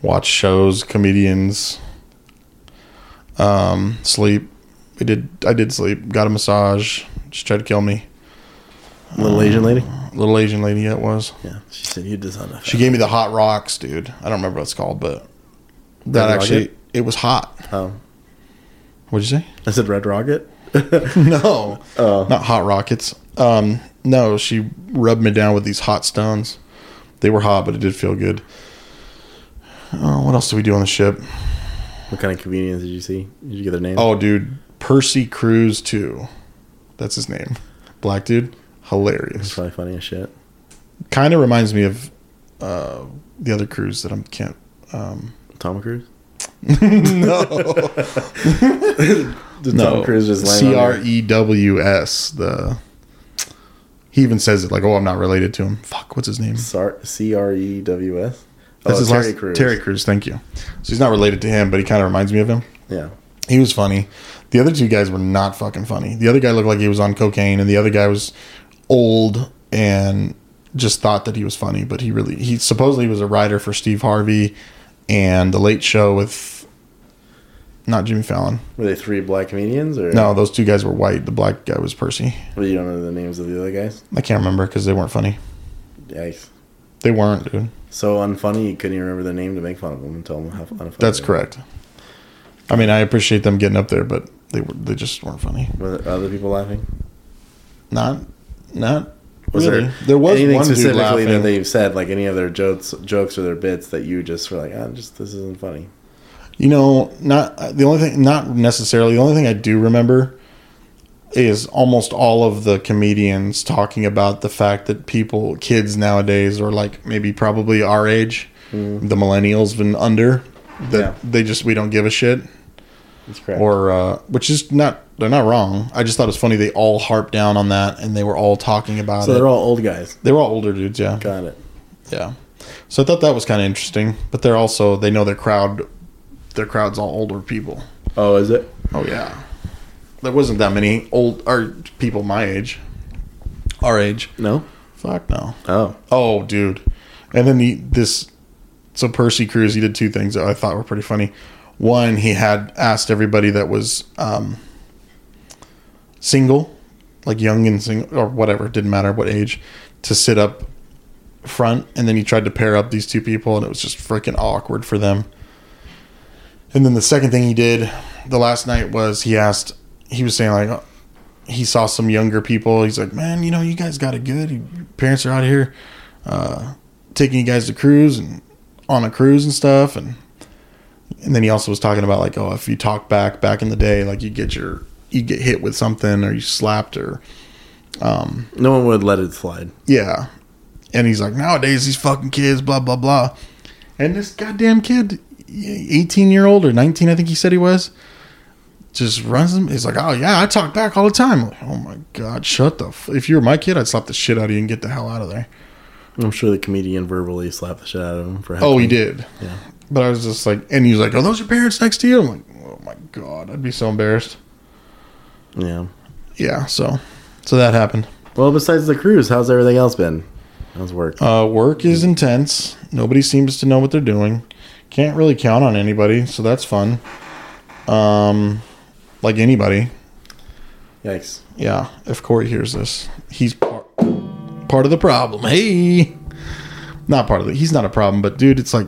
watch shows, comedians, um, sleep. I did. I did sleep. Got a massage. She tried to kill me. Little Asian lady. Little Asian lady, that was. Yeah, she said you did something. Uh, She gave me the hot rocks, dude. I don't remember what it's called, but that Red actually Rocket? it was hot. Oh, What'd you say? Oh. I said Red Rocket. No, not hot rockets. Um, no, she rubbed me down with these hot stones. They were hot, but it did feel good. Oh, what else did we do on the ship? What kind of comedians did you see? Did you get their name? Oh, dude, Percy Cruz too. That's his name. Black dude, it's hilarious. probably funny as shit. Kind of reminds me of uh, the other cruise that I'm can't. Um, Tom Cruise. no. Did No, Tom Cruise just land C on R your- E W S. The he even says it like, "Oh, I'm not related to him." Fuck, what's his name? Sar- C R E W S. Oh, That's his Terry last Crews. Terry Crews. Thank you. So he's not related to him, but he kind of reminds me of him. Yeah. He was funny. The other two guys were not fucking funny. The other guy looked like he was on cocaine, and the other guy was old and just thought that he was funny, but he really he supposedly was a writer for Steve Harvey and the Late Show with not Jimmy Fallon. Were they three black comedians or No, those two guys were white. The black guy was Percy. Well, you don't know the names of the other guys. I can't remember because they weren't funny. Yikes. They weren't, dude. So unfunny, you couldn't even remember their name to make fun of them and tell them how unfunny. That's they were. correct. I mean, I appreciate them getting up there, but they were they just weren't funny. Were there other people laughing? Not, not Was really. there, there was anything one dude specifically laughing. that they've said, like any of their jokes, jokes or their bits that you just were like, ah, just this isn't funny. You know, not uh, the only thing, not necessarily the only thing I do remember is almost all of the comedians talking about the fact that people, kids nowadays, or like maybe probably our age, the millennials and under, that Yeah. they just we don't give a shit, That's correct. or uh, which is not they're not wrong. I just thought it was funny they all harped down on that and they were all talking about so it. they're all old guys. they were all older dudes, yeah. Got it. Yeah. So I thought that was kind of interesting, but they're also they know their crowd, their crowd's all older people. Oh, is it? Oh yeah, there wasn't that many old or people my age, our age. No. Fuck no. Oh, Oh dude, and then the this so Percy Cruz he did two things that I thought were pretty funny. One, he had asked everybody that was um, single, like young and single or whatever, it didn't matter what age, to sit up front, and then he tried to pair up these two people, and it was just freaking awkward for them. And then the second thing he did the last night was he asked, he was saying like, he saw some younger people. He's like, man, you know, you guys got it good. Your parents are out here uh, taking you guys to cruise and on a cruise and stuff. And and then he also was talking about like, oh, if you talk back back in the day, like you get your you get hit with something or you slapped or no one would let it slide. yeah. And he's like, nowadays these fucking kids, blah blah blah. And this goddamn kid, eighteen year old or nineteen, I think he said he was, just runs him. He's like, oh yeah, I talk back all the time. oh my god, shut the. F- if you were my kid, I'd slap the shit out of you and get the hell out of there. I'm sure the comedian verbally slapped the shit out of him for. Oh, he heckling. did. Yeah. But I was just like, and he was like, oh, those are parents next to you. I'm like, oh my god, I'd be so embarrassed. Yeah. Yeah. So, so that happened. Well, besides the cruise, how's everything else been? How's work? Uh, work is intense. Nobody seems to know what they're doing. Can't really count on anybody, so that's fun. Um, like anybody, Yikes. yeah. If Corey hears this, he's par- part of the problem. Hey, not part of the. He's not a problem, but dude, it's like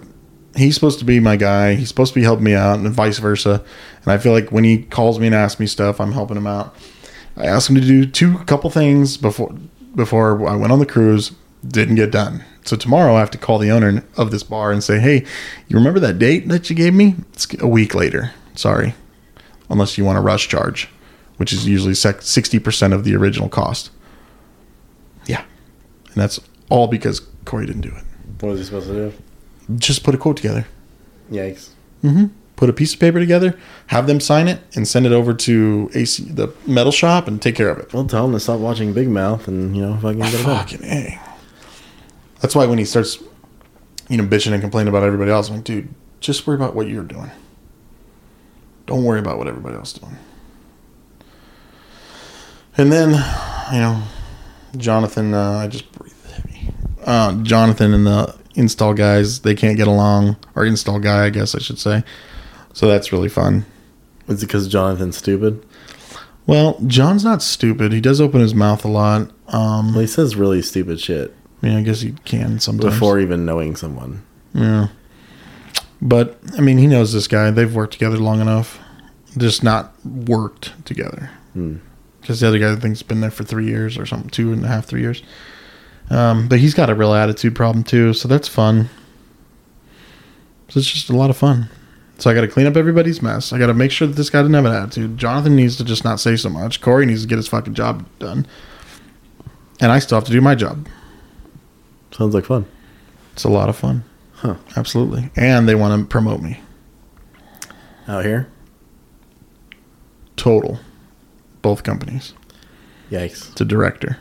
he's supposed to be my guy. He's supposed to be helping me out, and vice versa. And I feel like when he calls me and asks me stuff, I'm helping him out. I asked him to do two couple things before before I went on the cruise. Didn't get done. So tomorrow I have to call the owner of this bar and say, "Hey, you remember that date that you gave me? It's a week later. Sorry, unless you want a rush charge, which is usually sixty percent of the original cost." Yeah, and that's all because Corey didn't do it. What was he supposed to do? Just put a quote together Yikes. put a piece of paper together, have them sign it, and send it over to AC, the metal shop and take care of it. Well, tell him to stop watching Big Mouth and you know fucking get it back. Fucking a. That's why when he starts, you know, bitching and complaining about everybody else, I'm like, dude, just worry about what you're doing. Don't worry about what everybody else is doing. And then, you know, Jonathan, uh, I just breathe heavy. Uh, Jonathan and the install guys, they can't get along, or install guy, I guess I should say. So that's really fun. Is it because Jonathan's stupid? Well, John's not stupid. He does open his mouth a lot. Um, Well, he says really stupid shit I mean, I guess he can sometimes. before even knowing someone. yeah. But I mean, he knows this guy. They've worked together long enough, just not worked together. Because the other guy, I think's been there for three years or something, two and a half, three years. Um, but he's got a real attitude problem too, so that's fun. So it's just a lot of fun. So I got to clean up everybody's mess. I got to make sure that this guy didn't have an attitude. Jonathan needs to just not say so much. Corey needs to get his fucking job done, and I still have to do my job. Sounds like fun. It's a lot of fun. Huh. Absolutely. And they want to promote me. Out here? Total. Both companies. Yikes. To director.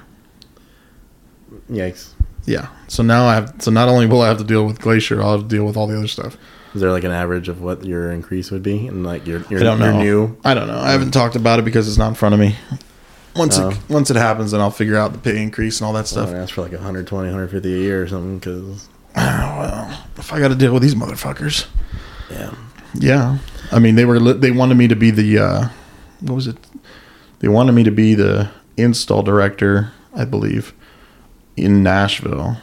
Yikes. Yeah. So now I have so not only will I have to deal with Glacier, I'll have to deal with all the other stuff. Is there like an average of what your increase would be? And like your, your, I don't your know. new? I don't know. I haven't talked about it because it's not in front of me. Once Oh. it once it happens then I'll figure out the pay increase and all that I stuff. would ask for like 120, 150 a year or something because, Oh, well, if I got to deal with these motherfuckers. yeah. Yeah. I mean, they were li- they wanted me to be the uh what was it? They wanted me to be the install director, I believe, in Nashville.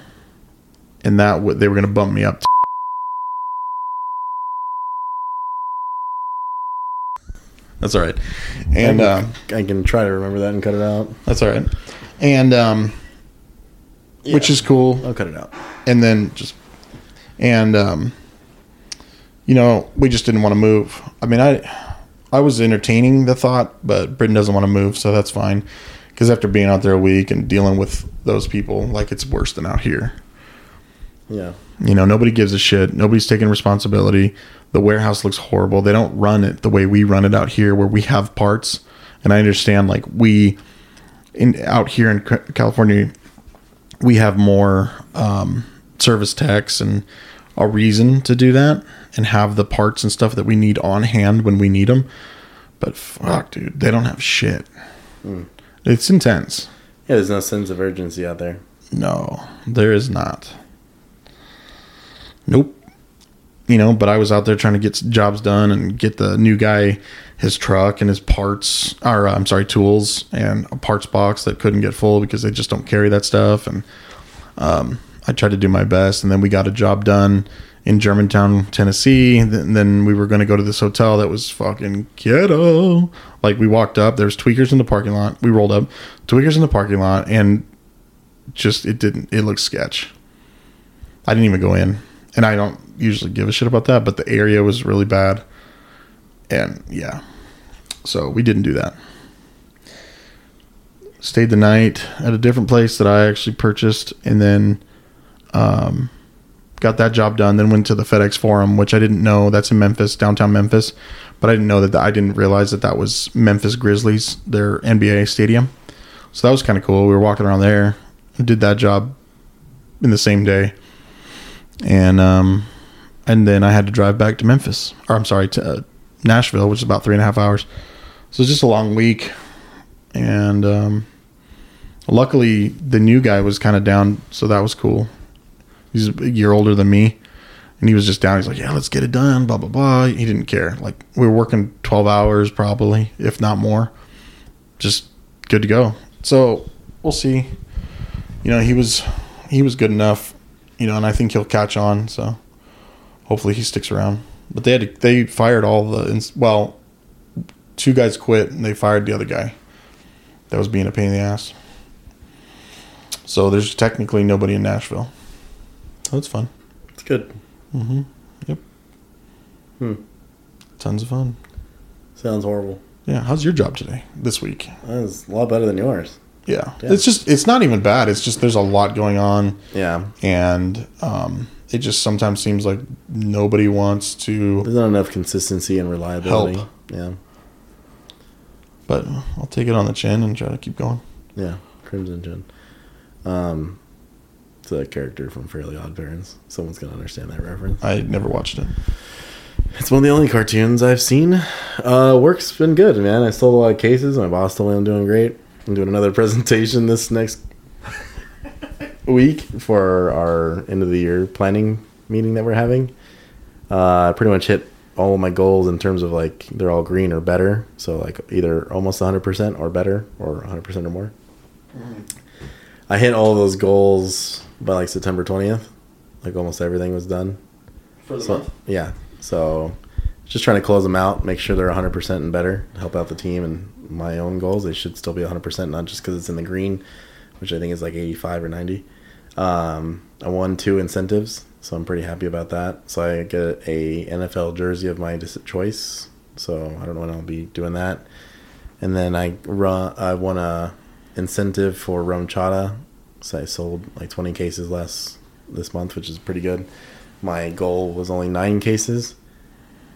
And that w- they were going to bump me up to That's all right. And I um can, I can try to remember that and cut it out. that's all right. And um which is cool I'll cut it out. and then just and um you know, we just didn't want to move. I mean, I I was entertaining the thought, but Britain doesn't want to move, so that's fine. Because after being out there a week and dealing with those people, like it's worse than out here. Yeah. You know, nobody gives a shit. Nobody's taking responsibility. The warehouse looks horrible. They don't run it the way we run it out here, where we have parts. And I understand, like we in out here in Ca- California, we have more um, service techs and a reason to do that and have the parts and stuff that we need on hand when we need them. But fuck, dude, they don't have shit. It's intense. Yeah, there's no sense of urgency out there. No, there is not. Nope. You know, but I was out there trying to get s- jobs done and get the new guy his truck and his parts, or uh, I'm sorry, tools and a parts box that couldn't get full because they just don't carry that stuff. And um, I tried to do my best. And then we got a job done in Germantown, Tennessee. Th- And then we were going to go to this hotel that was fucking ghetto. Like we walked up, there's tweakers in the parking lot. We rolled up, tweakers in the parking lot, and just it didn't it looked sketch i didn't even go in and i don't usually give a shit about that but the area was really bad and yeah so we didn't do that stayed the night at a different place that i actually purchased and then um, got that job done then went to the fedex forum which i didn't know that's in memphis downtown memphis but i didn't know that the, i didn't realize that that was memphis grizzlies their nba stadium so that was kind of cool. We were walking around there, did that job in the same day, and um, and then I had to drive back to Memphis, or I'm sorry, to uh, Nashville, which is about three and a half hours. So it's just a long week, and um, luckily the new guy was kind of down, so that was cool. He's a year older than me, and he was just down. He's like, "Yeah, let's get it done." Blah blah blah. He didn't care. Like we were working twelve hours probably, if not more just good to go. So we'll see. You know, he was he was good enough. You know, and I think he'll catch on. So hopefully he sticks around. But they had to, they fired all the ins- well, two guys quit and they fired the other guy. That was being a pain in the ass. So there's technically nobody in Nashville. So it's fun. It's good. Yep. Hmm. Tons of fun. Sounds horrible. Yeah. How's your job today? This week? That is a lot better than yours. Yeah. Yeah. It's just it's not even bad. It's just there's a lot going on. Yeah. and um, it just sometimes seems like nobody wants to. There's not enough consistency and reliability. Help. Yeah. But I'll take it on the chin and try to keep going. Yeah. Crimson Gin. Um, it's a character from Fairly Odd Parents. Someone's going to understand that reference. I never watched it. It's one of the only cartoons I've seen. Uh, work's been good, man. I sold a lot of cases. My boss told me I'm doing great. I'm doing another presentation this next week for our end of the year planning meeting that we're having. Uh, I pretty much hit all of my goals in terms of like they're all green or better. So like either almost 100% or better or 100% or more. I hit all those goals by like September 20th. Like almost everything was done. For the So, yeah. So just trying to close them out, make sure they're 100% and better, help out the team and my own goals. They should still be 100%, not just because it's in the green, which I think is like 85 or 90. Um, I won two incentives, so I'm pretty happy about that. So I get a NFL jersey of my dis- choice. So I don't know when I'll be doing that. And then I run, I won a incentive for rum chata. So I sold like 20 cases less this month, which is pretty good. My goal was only nine cases.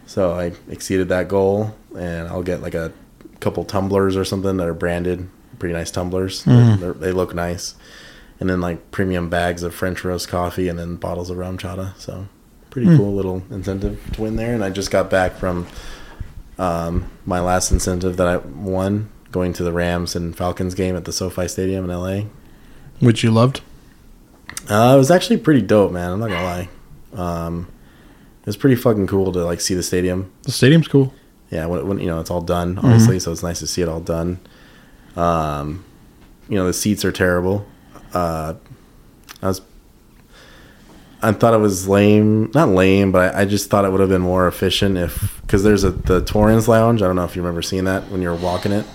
So I exceeded that goal and I'll get like a couple tumblers or something that are branded. Pretty nice tumblers. They're- they're- they look nice. And then like premium bags of French roast coffee and then bottles of rum chata. So pretty cool little incentive to win there. And I just got back from um, my last incentive that I won going to the Rams and Falcons game at the SoFi Stadium in LA. Which you loved? Uh, it was actually pretty dope, man. I'm not gonna lie. Um, it was pretty fucking cool to like see the stadium. The stadium's cool. Yeah, when, when you know it's all done, obviously, so it's nice to see it all done. Um, you know the seats are terrible. Uh, I was, I thought it was lame, not lame, but I, I just thought it would have been more efficient if because there's a the Torrens Lounge. I don't know if you remember seeing that when you were walking it.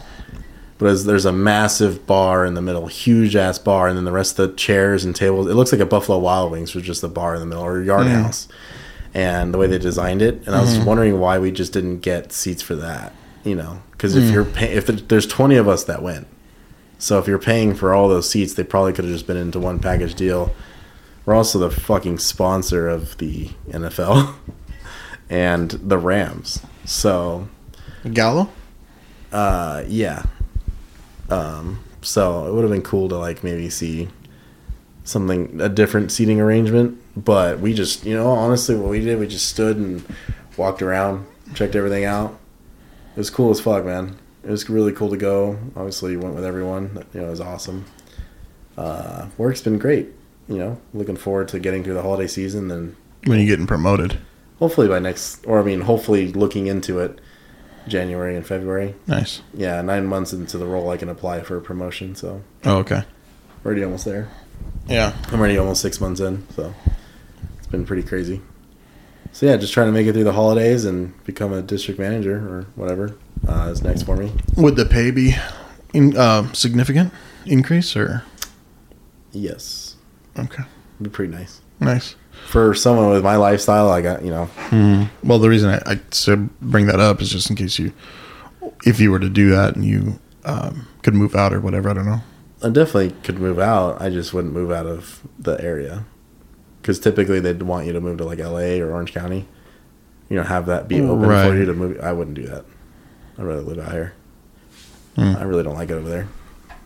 But as- there's a massive bar in the middle, huge ass bar, and then the rest of the chairs and tables. It looks like a Buffalo Wild Wings with just a bar in the middle or a yard house. and the way they designed it. And I was wondering why we just didn't get seats for that. You know, because if you're pay- if there's 20 of us that went, so if you're paying for all those seats, they probably could have just been into one package deal. We're also the fucking sponsor of the NFL and the Rams. So Gallo? uh, yeah. Um, so it would have been cool to like maybe see something a different seating arrangement, but we just you know honestly what we did we just stood and walked around, checked everything out. It was cool as fuck, man. It was really cool to go. Obviously, you went with everyone. That, You know, it was awesome. Uh, work's been great. You know, looking forward to getting through the holiday season and When you're getting promoted. hopefully by next, or I mean, hopefully looking into it, January and February Nice. yeah, nine months into the role, I can apply for a promotion. So Oh, okay. already almost there. Yeah. I'm already almost six months in. So it's been pretty crazy. So yeah, just trying to make it through the holidays and become a district manager or whatever uh, is next for me. Would the pay be in, uh, significant increase or? Yes, Okay. it'd be pretty nice Nice. for someone with my lifestyle. I got you know, Well, the reason I, I said bring that up is just in case you, if you were to do that and you um, could move out or whatever, I don't know. I definitely could move out. I just wouldn't move out of the area because typically they'd want you to move to like L.A. or Orange County. You know, have that be open Right. for you to move. I wouldn't do that. I'd rather live out here. I really don't like it over there.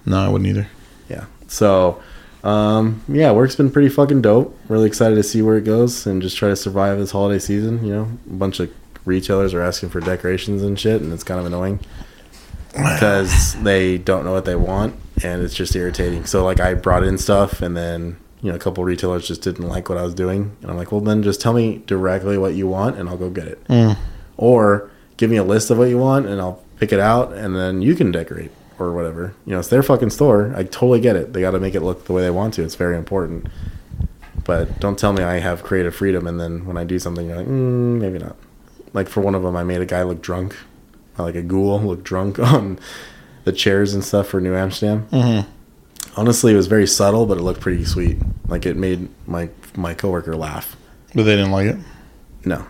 No, I wouldn't either. Yeah. So, um, yeah, work's been pretty fucking dope. Really excited to see where it goes and just try to survive this holiday season. You know, a bunch of retailers are asking for decorations and shit, and it's kind of annoying because they don't know what they want, and it's just irritating. So, like, I brought in stuff, and then you know, a couple retailers just didn't like what I was doing, and I'm like, well, then just tell me directly what you want, and I'll go get it, or give me a list of what you want, and I'll pick it out, and then you can decorate or whatever. You know, it's their fucking store. I totally get it. They got to make it look the way they want to. It's very important. But don't tell me I have creative freedom, and then when I do something, you're like, mm, maybe not. Like for one of them, I made a guy look drunk, uh, like a ghoul look drunk on the chairs and stuff for New Amsterdam. Mm-hmm. Honestly, it was very subtle, but it looked pretty sweet. Like it made my my coworker laugh. But they didn't like it. No,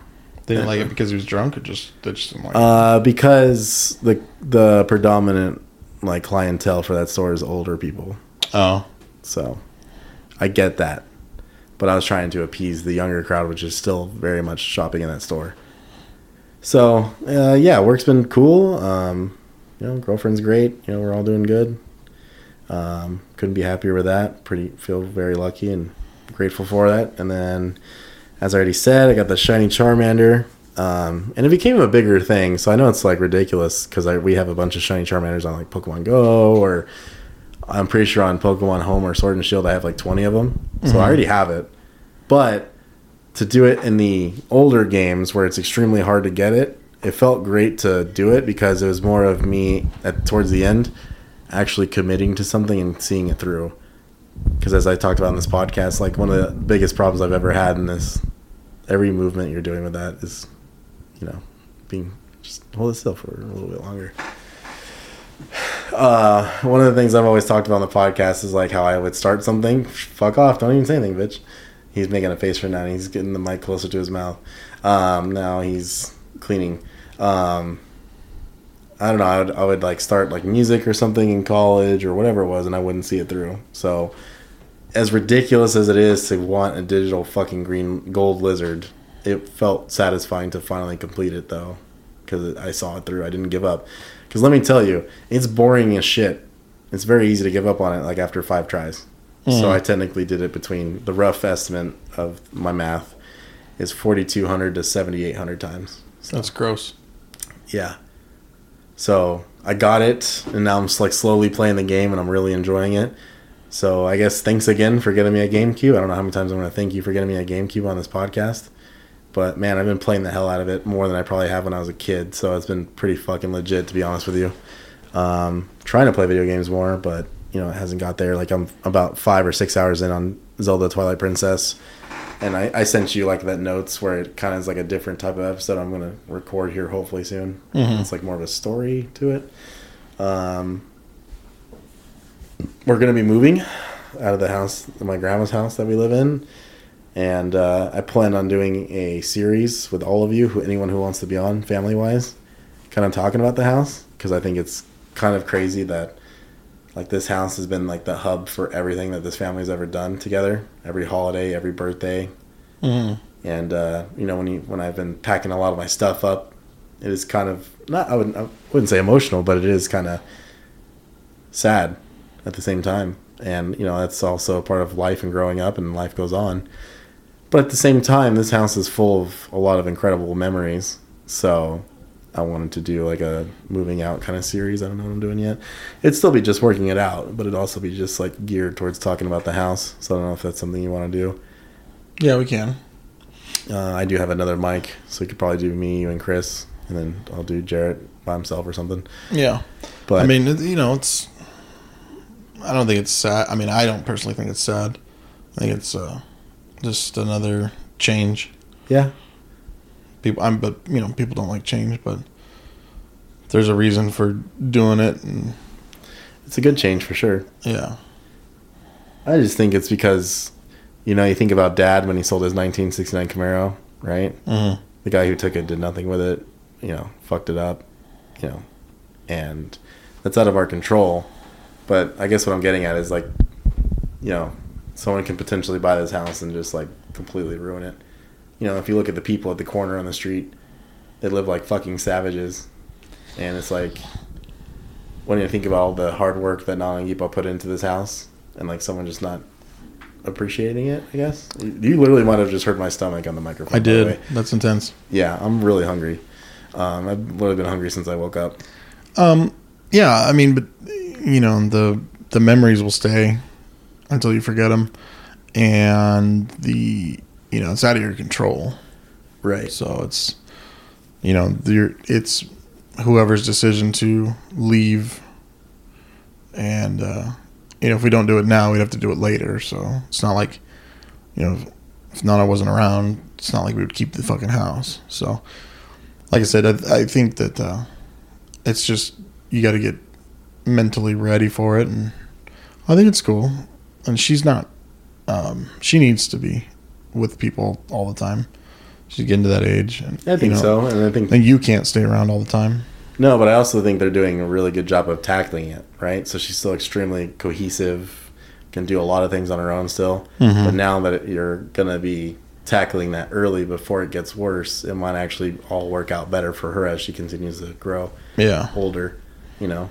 They didn't like it because he was drunk or just, they just didn't like it. Uh, because the the predominant like clientele for that store is older people, Oh. so I get that. But I was trying to appease the younger crowd, which is still very much shopping in that store. So uh, yeah, work's been cool. Um, you know, girlfriend's great. You know, we're all doing good. Um, couldn't be happier with that. Pretty feel very lucky and grateful for that. And then, as I already said, I got the shiny Charmander, um, and it became a bigger thing. So I know it's like ridiculous because we have a bunch of shiny Charmanders on like Pokemon Go, or I'm pretty sure on Pokemon Home or Sword and Shield, I have like 20 of them. So I already have it, but to do it in the older games where it's extremely hard to get it, it felt great to do it because it was more of me at towards the end actually committing to something and seeing it through. Because as I talked about in this podcast, like one of the biggest problems I've ever had in this, every movement you're doing with that is, you know, being just hold it still for a little bit longer. Uh, one of the things I've always talked about on the podcast is like how I would start something, fuck off, don't even say anything, bitch. He's making a face right now. And he's getting the mic closer to his mouth. Um, now he's cleaning. Um, I don't know. I would, I would like start like music or something in college or whatever it was, and I wouldn't see it through. So, as ridiculous as it is to want a digital fucking green gold lizard, it felt satisfying to finally complete it though, because I saw it through. I didn't give up. Because let me tell you, it's boring as shit. It's very easy to give up on it like after five tries. So I technically did it between the rough estimate of my math is 4200 to 7800 times. That's gross. Yeah. So I got it, and now I'm s- like slowly playing the game, and I'm really enjoying it. So I guess thanks again for getting me a GameCube. I don't know how many times I'm going to thank you for getting me a GameCube on this podcast, but man, I've been playing the hell out of it more than I probably have when I was a kid. So it's been pretty fucking legit, to be honest with you. Um, trying to play video games more, but you know it hasn't got there. Like I'm about five or six hours in on Zelda Twilight Princess and I, I sent you like that notes where it kind of is like a different type of episode I'm gonna record here hopefully soon. It's like more of a story to it. Um, we're gonna be moving out of the house, my grandma's house that we live in, and uh, I plan on doing a series with all of you, who anyone who wants to be on, family wise, kind of talking about the house because I think it's kind of crazy that like this house has been like the hub for everything that this family's ever done together, every holiday, every birthday, Mm-hmm. and uh, you know when you when I've been packing a lot of my stuff up, it is kind of not I wouldn't I wouldn't say emotional, but it is kind of sad at the same time. And you know that's also a part of life and growing up, and life goes on. But at the same time, this house is full of a lot of incredible memories. So I wanted to do like a moving out kind of series. I don't know what I'm doing yet. It'd still be just working it out, but it'd also be just like geared towards talking about the house. So I don't know if that's something you want to do. Yeah, we can. Uh, I do have another mic, so you could probably do me, you, and Chris, and then I'll do Jarrett by himself or something. Yeah. But I mean, it- you know, it's. I don't think it's sad. I mean, I don't personally think it's sad. I think it's uh, just another change. yeah, People, I'm, but you know, people don't like change. But there's a reason for doing it, and it's a good change for sure. yeah, I just think it's because, you know, you think about Dad when he sold his 1969 Camaro, right? Mhm. The guy who took it did nothing with it, you know, fucked it up, you know, and that's out of our control. But I guess what I'm getting at is like, you know, someone can potentially buy this house and just like completely ruin it. You know, if you look at the people at the corner on the street, they live like fucking savages, and it's like when you think about all the hard work that Nana and Yipa put into this house and like someone just not appreciating it, I guess. You you literally might have just heard my stomach on the microphone. I by the did. way. That's intense. Yeah, I'm really hungry. Um, I've literally been hungry since I woke up. Um, Yeah, I mean, but you know, the the memories will stay until you forget them, and the you know, it's out of your control. Right. So it's, you know, your it's whoever's decision to leave, and uh, you know if we don't do it now, we'd have to do it later. So it's not like, you know, if, if Nana wasn't around, it's not like we would keep the fucking house. So, like I said, I, I think that uh, it's just you got to get mentally ready for it, and I think it's cool. And she's not. Um, she needs to be with people all the time. She's getting to that age, and I think so, and I think And you can't stay around all the time. no, but I also think they're doing a really good job of tackling it. Right. So she's still extremely cohesive, can do a lot of things on her own still. But now that it- you're gonna be tackling that early before it gets worse, it might actually all work out better for her as she continues to grow. Yeah, older, you know,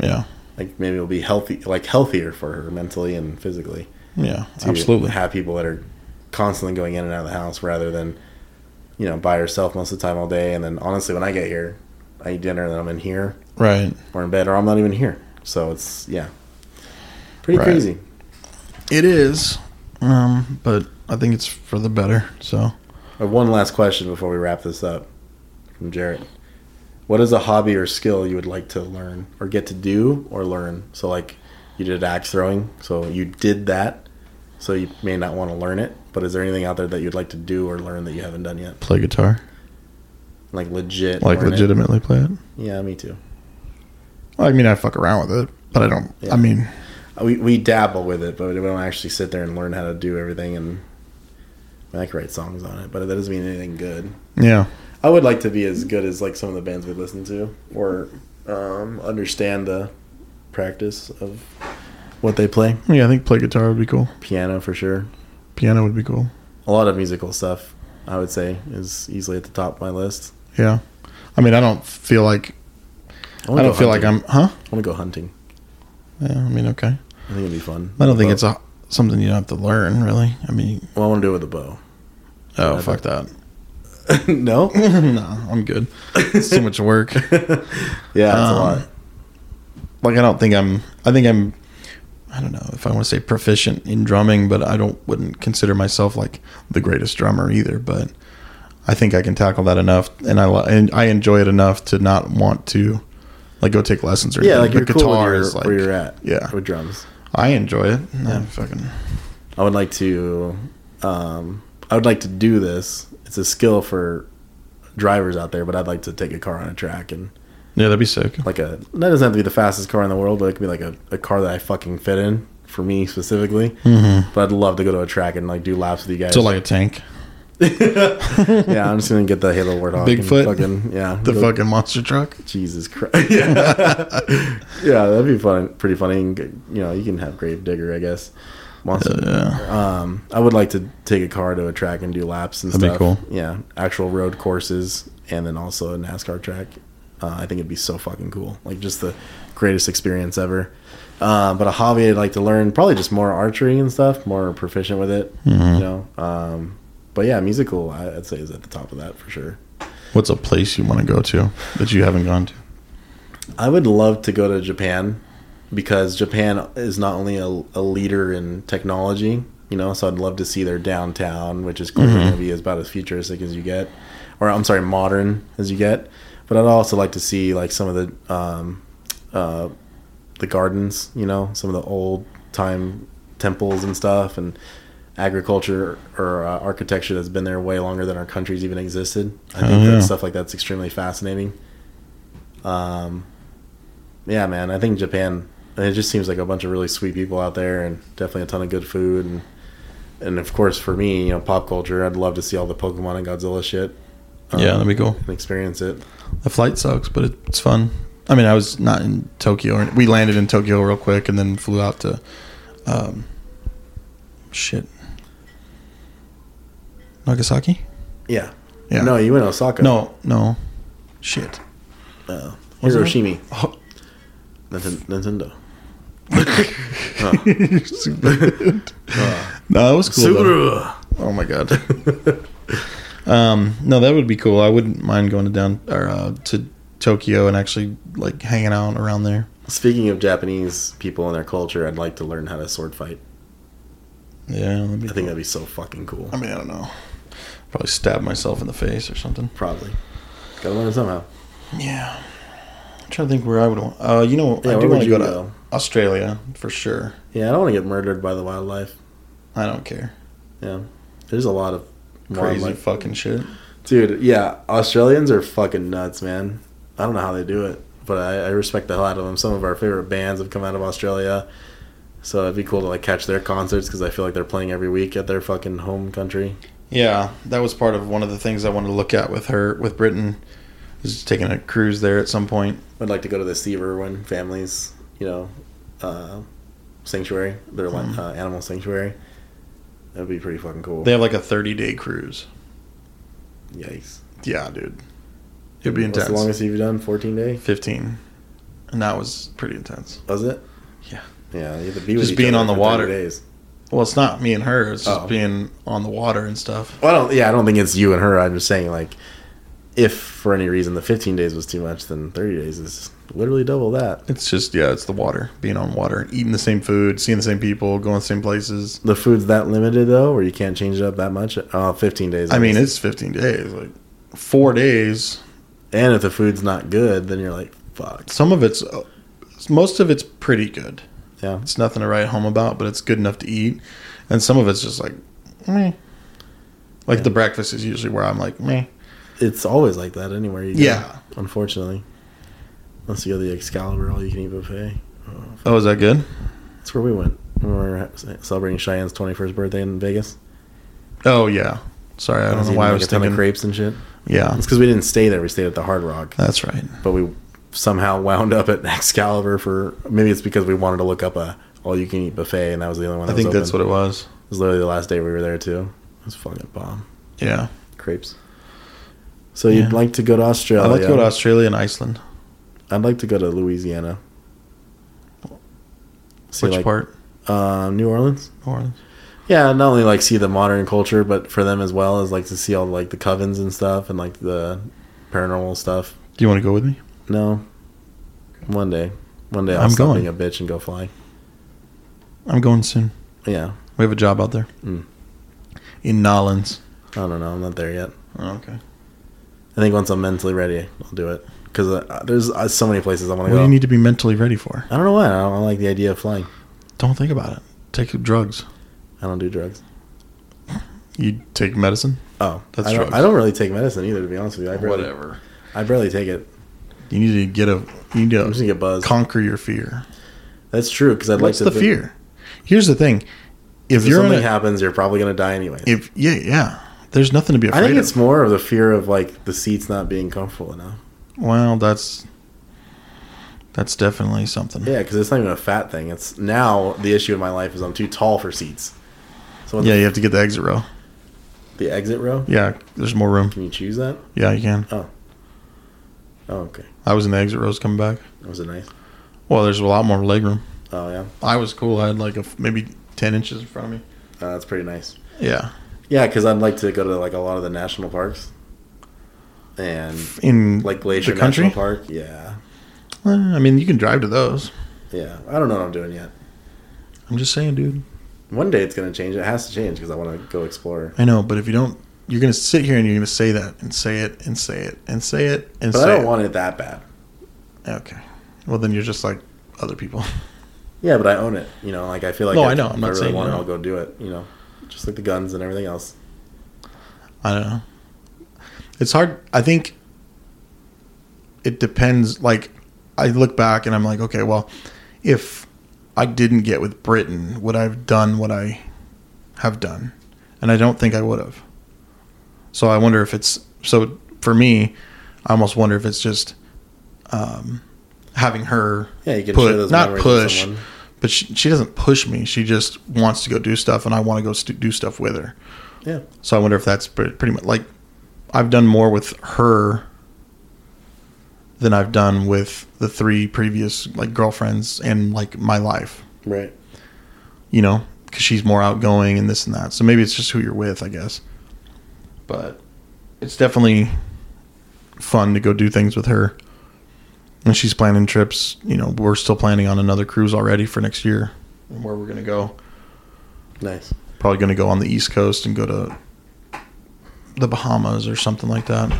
yeah, like maybe it'll be healthy, like healthier for her mentally and physically. yeah. to absolutely. have people that are constantly going in and out of the house rather than, you know, by herself most of the time all day. And then honestly, when I get here, I eat dinner and then I'm in here Right. or in bed or I'm not even here. So it's yeah, pretty Right. crazy. It is, um, but I think it's for the better. So I have one last question before we wrap this up from Jarrett. What is a hobby or skill you would like to learn or get to do or learn? So, like, you did axe throwing, so you did that, so you may not want to learn it, but is there anything out there that you'd like to do or learn that you haven't done yet? play guitar, Like, legit. like learn it? legitimately play it. Yeah, me too. I mean, I fuck around with it, but I don't. Yeah. I mean, We, we dabble with it, but we don't actually sit there and learn how to do everything. And I, mean, I can write songs on it, but that doesn't mean anything good. yeah, I would like to be as good as like some of the bands we listen to, or um, understand the practice of what they play. yeah. I think play guitar would be cool. Piano for sure. Piano would be cool. A lot of musical stuff, I would say, is easily at the top of my list. Yeah. I mean, I don't feel like I don't feel like I'm. Huh? I want to go hunting. Yeah. I mean, okay. I think it'd be fun. I don't think Bow. it's a something you don't have to learn really. I mean, Well, I want to do it with a bow. oh I fuck that. no. no, I'm good. It's too much work. Yeah, that's Um, a lot. like I don't think I'm. I think I'm. I don't know if I want to say proficient in drumming, but I don't wouldn't consider myself like the greatest drummer either. But I think I can tackle that enough, and I li- and I enjoy it enough to not want to like go take lessons or Yeah, like anything. you're But cool with your, where you're at. yeah. with drums. I enjoy it. Yeah, fucking I would like to um, I would like to do this. It's a skill for drivers out there, but I'd like to take a car on a track and yeah, that'd be sick. like a that doesn't have to be the fastest car in the world, but it could be like a, a car that I fucking fit in. for me specifically. But I'd love to go to a track and like do laps with you guys. So Mm-hmm. like a tank, yeah, I'm just gonna get the Halo Warthog. and Bigfoot? fucking, yeah, the go- fucking monster truck. Jesus Christ. yeah. yeah, that'd be fun. Pretty funny. And, You know, you can have Grave Digger, I guess. Monster. Yeah, Um, I would like to take a car to a track and do laps and That'd be stuff. cool. Yeah, actual road courses and then also a NASCAR track. Uh, I think it'd be so fucking cool. Like just the greatest experience ever. Uh, but a hobby I'd like to learn, probably just more archery and stuff, more proficient with it. Mm-hmm. You know. Um, but yeah, musical I, I'd say is at the top of that for sure. what's a place you want to go to that you haven't gone to? I would love to go to Japan because Japan is not only a, a leader in technology, you know, so I'd love to see their downtown, which is Mm-hmm. going to be about as futuristic as you get, or I'm sorry, modern as you get. But I'd also like to see like some of the um, uh, the gardens, you know, some of the old time temples and stuff, and agriculture or uh, architecture that's been there way longer than our country's even existed. I think Oh, yeah. that stuff like that's extremely fascinating. Um, yeah, man, I think Japan. It just seems like a bunch of really sweet people out there, and definitely a ton of good food, and and of course for me, you know, pop culture. I'd love to see all the Pokemon and Godzilla shit um, yeah, that'd be cool. and experience it. Uh, The flight sucks, but it- it's fun. I mean, I was not in Tokyo. Or, we landed in Tokyo real quick and then flew out to, um, shit, Nagasaki. Yeah, Yeah. No, you went to Osaka. No, no, shit. uh, Wasn't Hiroshima. Oh. Ninten- Nintendo. No, it was cool. though. Subaru. Oh my god. um, no, that would be cool. I wouldn't mind going to down or uh, to Tokyo and actually like hanging out around there. Speaking of Japanese people and their culture, I'd like to learn how to sword fight. Yeah, that'd be I think that'd be so fucking cool. I mean, I don't know. Probably stab myself in the face or something. Probably. Gotta learn somehow. Yeah. I'm trying to think where I would want. Uh, you know, Yeah, I where do would want to go you to go? Australia for sure. Yeah, I don't want to get murdered by the wildlife. I don't care. Yeah, there's a lot of Crazy wildlife. fucking shit. Dude, yeah, Australians are fucking nuts, man. I don't know how they do it, but I, I respect the hell out of them. Some of our favorite bands have come out of Australia, so it'd be cool to like catch their concerts because I feel like they're playing every week at their fucking home country. Yeah, that was part of one of the things I wanted to look at with her with Britain. Is taking a cruise there at some point. I'd like to go to the Sea Irwin families, you know, uh, sanctuary, their like uh, animal sanctuary. That'd be pretty fucking cool. Mm. They have like a 30 day cruise. Yikes! Yeah, dude. It'd be What's intense. the longest you've done? Fourteen day? 15. And that was pretty intense. Was it? Yeah. Yeah, you have to be with Just each being other on the for 30 water. days. Well, it's not me and her. It's just Oh. being on the water and stuff. Well, I don't. Yeah, I don't think it's you and her. I'm just saying, like, if for any reason the 15 days was too much, then 30 days is literally double that. It's just, yeah, it's the water. Being on water, eating the same food, seeing the same people, going to the same places. The food's that limited though, where you can't change it up that much. Oh, 15 days. I mean, guess. it's 15 days. Like, four days. and if the food's not good, then you're like, fuck. Some of it's, uh, most of it's pretty good. Yeah, It's nothing to write home about, but it's good enough to eat. And some of it's just like, meh. Like the breakfast is usually where I'm like, meh. it's always like that anywhere you go. Yeah. unfortunately, unless you go to the Excalibur all you can eat buffet. Oh, is that good? That's where we went when we were celebrating Cheyenne's 21st birthday in Vegas. Oh, yeah. Sorry, I don't know eating, why I like, was a ton thinking. of crepes and shit. Yeah, It's because we didn't stay there. We stayed at the Hard Rock. that's right. but we somehow wound up at Excalibur for maybe it's because we wanted to look up a all you can eat buffet and that was the only one. I That think was open. that's what it was. It was literally the last day we were there too. It was fucking bomb Yeah. crepes. So you'd Yeah. like to go to Australia? I'd like to go to Australia and Iceland. I'd like to go to Louisiana. See, Which like, part? Uh, New Orleans. New Orleans. Yeah, not only like see the modern culture, but for them as well as like to see all like the covens and stuff and like the paranormal stuff. Do you want to go with me? No, one day, one day I'll I'm stop going. being a bitch and go flying. I'm going soon. Yeah, We have a job out there. Mm. In Nolans. I don't know. I'm not there yet. Oh, okay. I think once I'm mentally ready, I'll do it. Because uh, there's uh, so many places I want What to do go. you need to be mentally ready for? I don't know why. I don't I like the idea of flying. Don't think about it. Take drugs. I don't do drugs. You take medicine? Oh, That's I don't, drugs. I don't really take medicine either, to be honest with you. I barely, I barely take it. You need to get a. You need I'm just gonna to get buzzed. conquer your fear. That's true. Because I'd What's like to. the fear? Here's the thing: if If you're in something a, happens, you're probably going to die anyway. if yeah, yeah, there's nothing to be I afraid think of. it's more of the fear of like the seats not being comfortable enough. Well, that's that's definitely something. Yeah, because it's not even a fat thing. It's now the issue in my life is I'm too tall for seats. So Yeah, yeah. you have to get the exit row. the exit row, Yeah, there's more room. can you choose that? Yeah, you can. Oh, okay. I was in the exit rows coming back. That was it nice? Well, there's a lot more leg room. Oh yeah, I was cool. I had like a f- maybe ten inches in front of me. Uh, that's pretty nice. Yeah, Yeah, because I'd like to go to like a lot of the national parks, and in like Glacier the country. National Park. Yeah, Well, I mean, you can drive to those. yeah. I don't know what I'm doing yet. I'm just saying, dude. One day it's gonna change. It has to change because I want to go explore. I know, but if you don't, you're gonna sit here and you're gonna say that and say it and say it and say it and But say I don't it. want it that bad. okay. Well, then you're just like other people. Yeah, but I own it. You know, like I feel like No, if I know. I'm if not saying want it. no. I'll go do it. You know, just like the guns and everything else. I don't know. It's hard. I think it depends. Like, I look back and I'm like, okay, well, if I didn't get with Britain, would I have done what I have done? And I don't think I would have. So I wonder if it's so for me. I almost wonder if it's just um, having her Yeah, you can share put those not memories push, with someone. but she, she doesn't push me. She just wants to go do stuff, and I want to go stu do stuff with her. Yeah, So I wonder if that's pre- pretty much like I've done more with her than I've done with the three previous like girlfriends and like my life, right. you know, because she's more outgoing and this and that. So maybe it's just who you're with, I guess. But it's definitely fun to go do things with her. And she's planning trips. You know, we're still planning on another cruise already for next year and where we're going to go. Nice. Probably going to go on the East Coast and go to the Bahamas or something like that.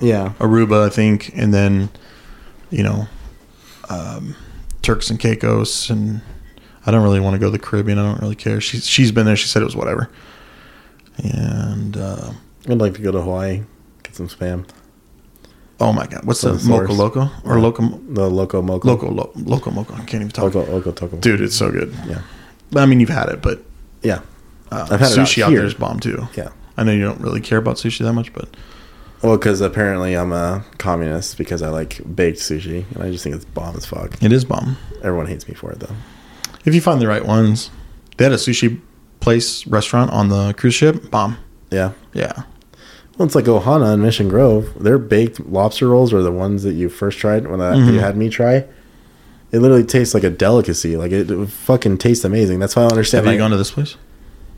Yeah. Aruba, I think, and then you know um, Turks and Caicos, and I don't really want to go to the Caribbean. I don't really care. She's she's been there. She said it was whatever. And uh, I'd like to go to Hawaii, get some spam. oh my God, what's the Some source. Moco Loco or Loco The loco moco. Loco Lo- Loco Moco? I can't even talk. Loco, loco, toco. Dude, it's so good. Yeah. But I mean, you've had it, but Yeah. uh, I've had it out sushi out here. there is bomb too. Yeah. I know you don't really care about sushi that much, but Well, because apparently I'm a communist because I like baked sushi and I just think it's bomb as fuck. it is bomb. Everyone hates me for it though. If you find the right ones, they had a sushi place restaurant on the cruise ship. Bomb. Yeah. Yeah. Well, it's like Ohana and Mission Grove. Their baked lobster rolls are the ones that you first tried when I, Mm-hmm. you had me try. It literally tastes like a delicacy. Like it, it fucking tastes amazing. That's why I don't understand. Have you like, gone to this place?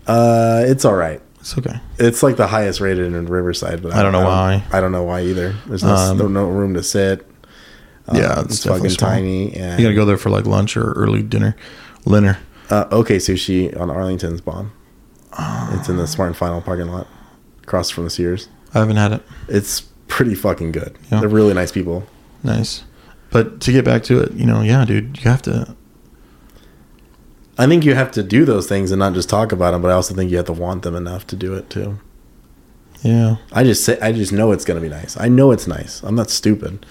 uh, it's all right. It's okay. It's like the highest rated in Riverside, but I don't know why. I don't know why either. There's no, Um, no, no room to sit. Um, yeah, Uh, it's, it's, fucking definitely small. tiny. And You gotta go there for like lunch or early dinner, dinner. Uh, okay, sushi on Arlington's bomb. It's Ah. in the Smart and Final parking lot, across from the Sears. I haven't had it. It's pretty fucking good. Yeah. They're really nice people. Nice, but to get back to it, you know, yeah, dude, you have to. I think you have to do those things and not just talk about them, but I also think you have to want them enough to do it too. Yeah, I just say, I just know it's gonna be nice. I know it's nice. I'm not stupid.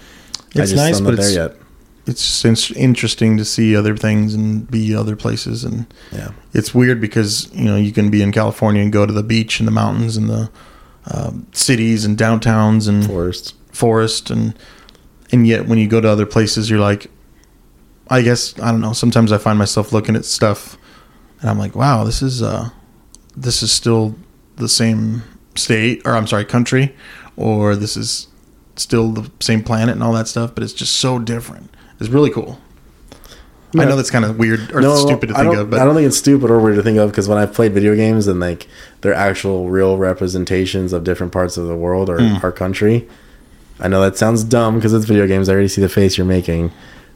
I it's just, nice, I'm but not it's there yet. it's just in- interesting to see other things and be other places, and Yeah, it's weird because you know you can be in California and go to the beach and the mountains and the um, cities and downtowns and forest. forest and and yet when you go to other places you're like i guess i don't know sometimes i find myself looking at stuff and i'm like wow this is uh this is still the same state or i'm sorry country or this is still the same planet and all that stuff but it's just so different it's really cool i Yeah. know that's kind of weird or stupid to I think don't- of I don't but think it's stupid or weird to think of because when I've played video games and like they're actual real representations of different parts of the world or Hmm. our country. I know that sounds dumb because it's video games. I already see the face you're making,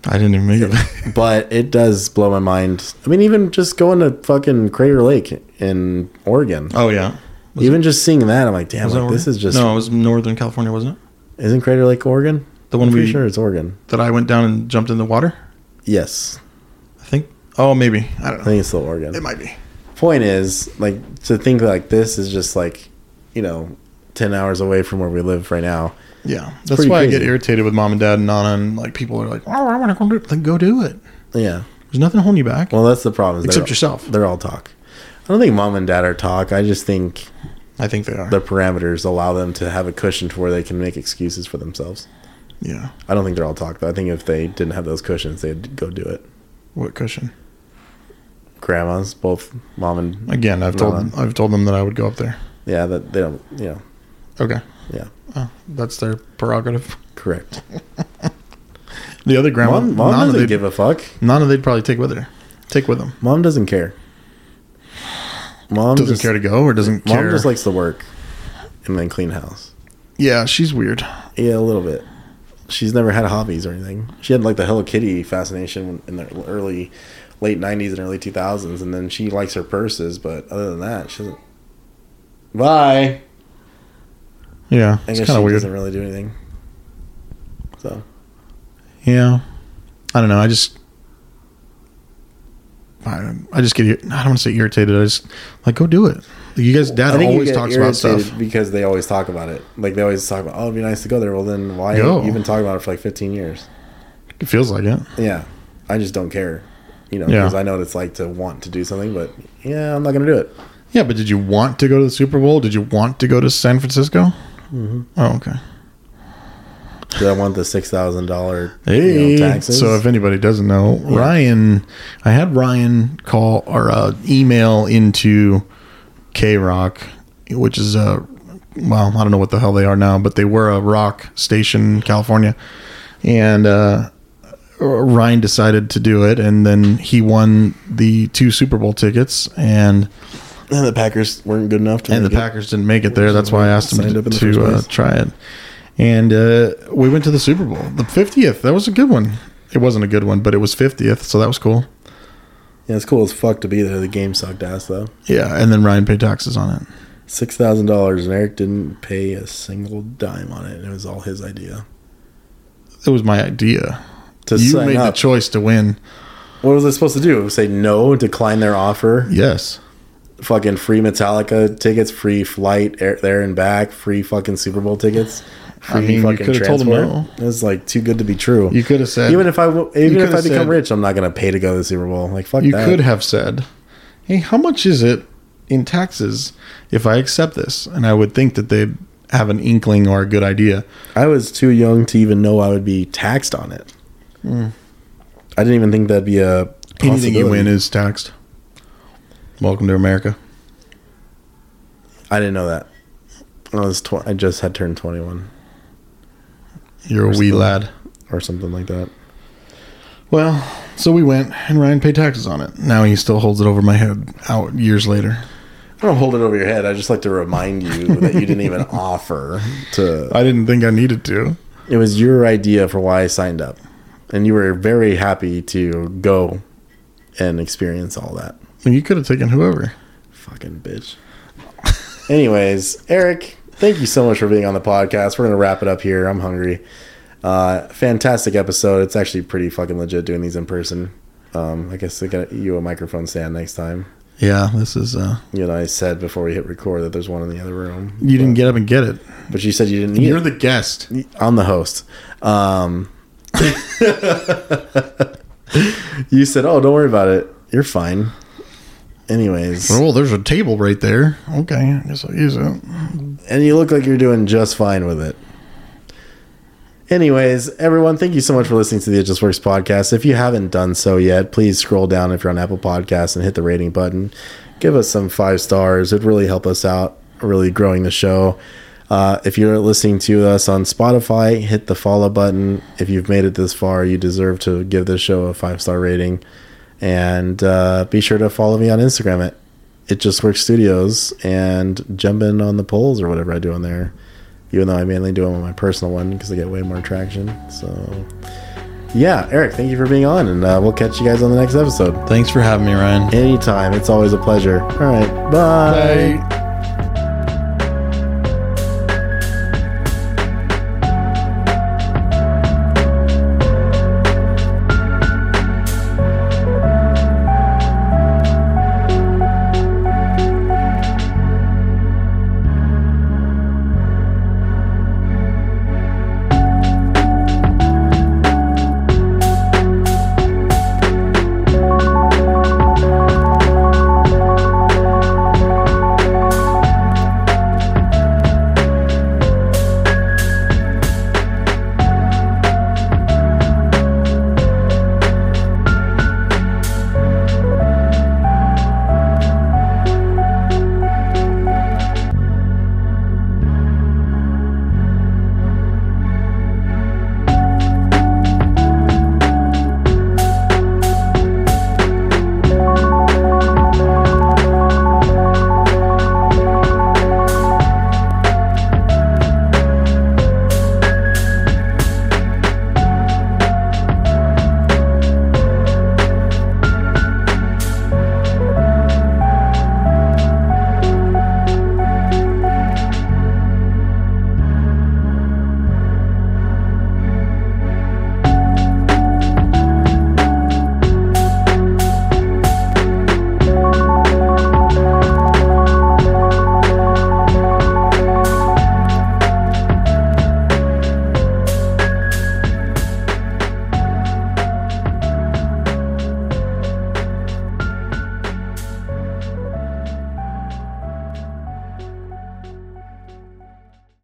i didn't even make it but it does blow my mind. I mean, even just going to fucking Crater Lake in Oregon, oh yeah Was even just seeing that, I'm like, damn, Was like, that this Oregon? is just no it was northern california wasn't it isn't Crater Lake Oregon? the one I'm pretty we sure it's Oregon. that i went down and jumped in the water Yes, i think oh maybe i don't I know think it's still Oregon. It might be. point is like to think like this is just like you know 10 hours away from where we live right now Yeah, that's pretty why I crazy. get irritated with mom and dad and Nana and like people are like, "Oh, I want to go do it." Like, go do it. yeah There's There's nothing holding you back. Well, that's the problem. is they're Except all- yourself. They're all talk. I don't think mom and dad are talk. I just think I think they are. the parameters allow them to have a cushion to where they can make excuses for themselves. yeah. I don't think they're all talk. Though. I think if they didn't have those cushions, they'd go do it. What cushion? Grandmas, both mom and Again, I've told them, I've told them that I would go up there. yeah, that they don't. You know, Okay. yeah, Oh, that's their prerogative. correct. The other grandma, Mom, mom Nana, doesn't they'd, give a fuck. Nana, they'd probably take with her, take with them. Mom doesn't care. Mom Doesn't just, care to go or doesn't Mom care. just likes to work and then clean house. yeah, she's weird. Yeah, a little bit. She's never had hobbies or anything. She had like the Hello Kitty fascination in the early, late '90s and early 2000s, and then she likes her purses. But other than that, she doesn't. Bye. Yeah, I it's kind guess she of weird. doesn't really do anything. So Yeah, I don't know. I just, I, I just get. ir- I don't want to say irritated. I just like go do it. Like, you guys, I dad think you always get talks about irritated stuff. because they always talk about it. Like they always talk about, oh, it'd be nice to go there. Well, then why Go. you've been talking about it for like 15 years? It feels like it. Yeah, I just don't care. You know, Yeah. because I know what it's like to want to do something, but yeah, I'm not gonna do it. Yeah, but did you want to go to the Super Bowl? Did you want to go to San Francisco? Mm-hmm. Oh, okay. Do I want the six thousand dollar Hey, so if anybody doesn't know, Ryan, I had Ryan call or uh, email into K Rock, which is a well, I don't know what the hell they are now, but they were a rock station, in California, and uh, Ryan decided to do it, and then he won the two Super Bowl tickets, and And the Packers weren't good enough to and the make it. Packers didn't make it there. That's why I asked him Signed to, up in the to first uh, place. try it. And uh, we went to the Super Bowl, the fiftieth. That was a good one. It wasn't a good one, but it was fiftieth, so that was cool. Yeah, it's cool as fuck to be there. The game sucked ass though. Yeah, and then Ryan paid taxes on it. Six thousand dollars, and Eric didn't pay a single dime on it. and It was all his idea. It was my idea. To you sign made the up. choice to win. what was I supposed to do? Say no, decline their offer. Yes, Fucking free Metallica tickets, free flight air, there and back, free fucking Super Bowl tickets. Free I mean, you could've told 'em transport. It's like too good to be true. you could have said. even if I w- even if could've I become said- rich, I'm not gonna pay to go to the Super Bowl. Like fuck you that. could have said, "Hey, how much is it in taxes if I accept this?" And I would think that they have an inkling or a good idea. I was too young to even know I would be taxed on it. Hmm. I didn't even think that'd be a Anything you possibility. win is taxed. Welcome to America. I didn't know that. I was tw- I just had turned twenty one You're a wee lad. or something like that. Well, so we went, and Ryan paid taxes on it. Now he still holds it over my head out years later. I don't hold it over your head. I just like to remind you that you didn't even offer to. I didn't think I needed to. It was your idea for why I signed up, and you were very happy to go and experience all that. And you could have taken whoever. Fucking bitch. Anyways, Eric, thank you so much for being on the podcast. We're gonna wrap it up here. I'm hungry. Uh, fantastic episode. It's actually pretty fucking legit doing these in person. Um, I guess I got you a microphone stand next time. Yeah, this is. uh You and I said before we hit record that there's one in the other room. You didn't get up and get it. but you said you didn't. Need You're it. the guest. I'm the host. Um, you said, "Oh, don't worry about it. You're fine." Anyways, Oh, there's a table right there. Okay, I guess I'll use it. and you look like you're doing just fine with it. Anyways, everyone, thank you so much for listening to the It Just Works podcast. If you haven't done so yet, please scroll down if you're on Apple Podcasts and hit the rating button. Give us some five stars. It'd really help us out, really growing the show. Uh, if you're listening to us on Spotify, hit the follow button. If you've made it this far, you deserve to give this show a five star rating. And uh, be sure to follow me on Instagram at it just works studios and jump in on the polls or whatever I do on there. Even though I mainly do them on my personal one because I get way more traction. So, yeah, Eric, thank you for being on, and uh, we'll catch you guys on the next episode. Thanks for having me, Ryan. Anytime, it's always a pleasure. All right, bye. Bye.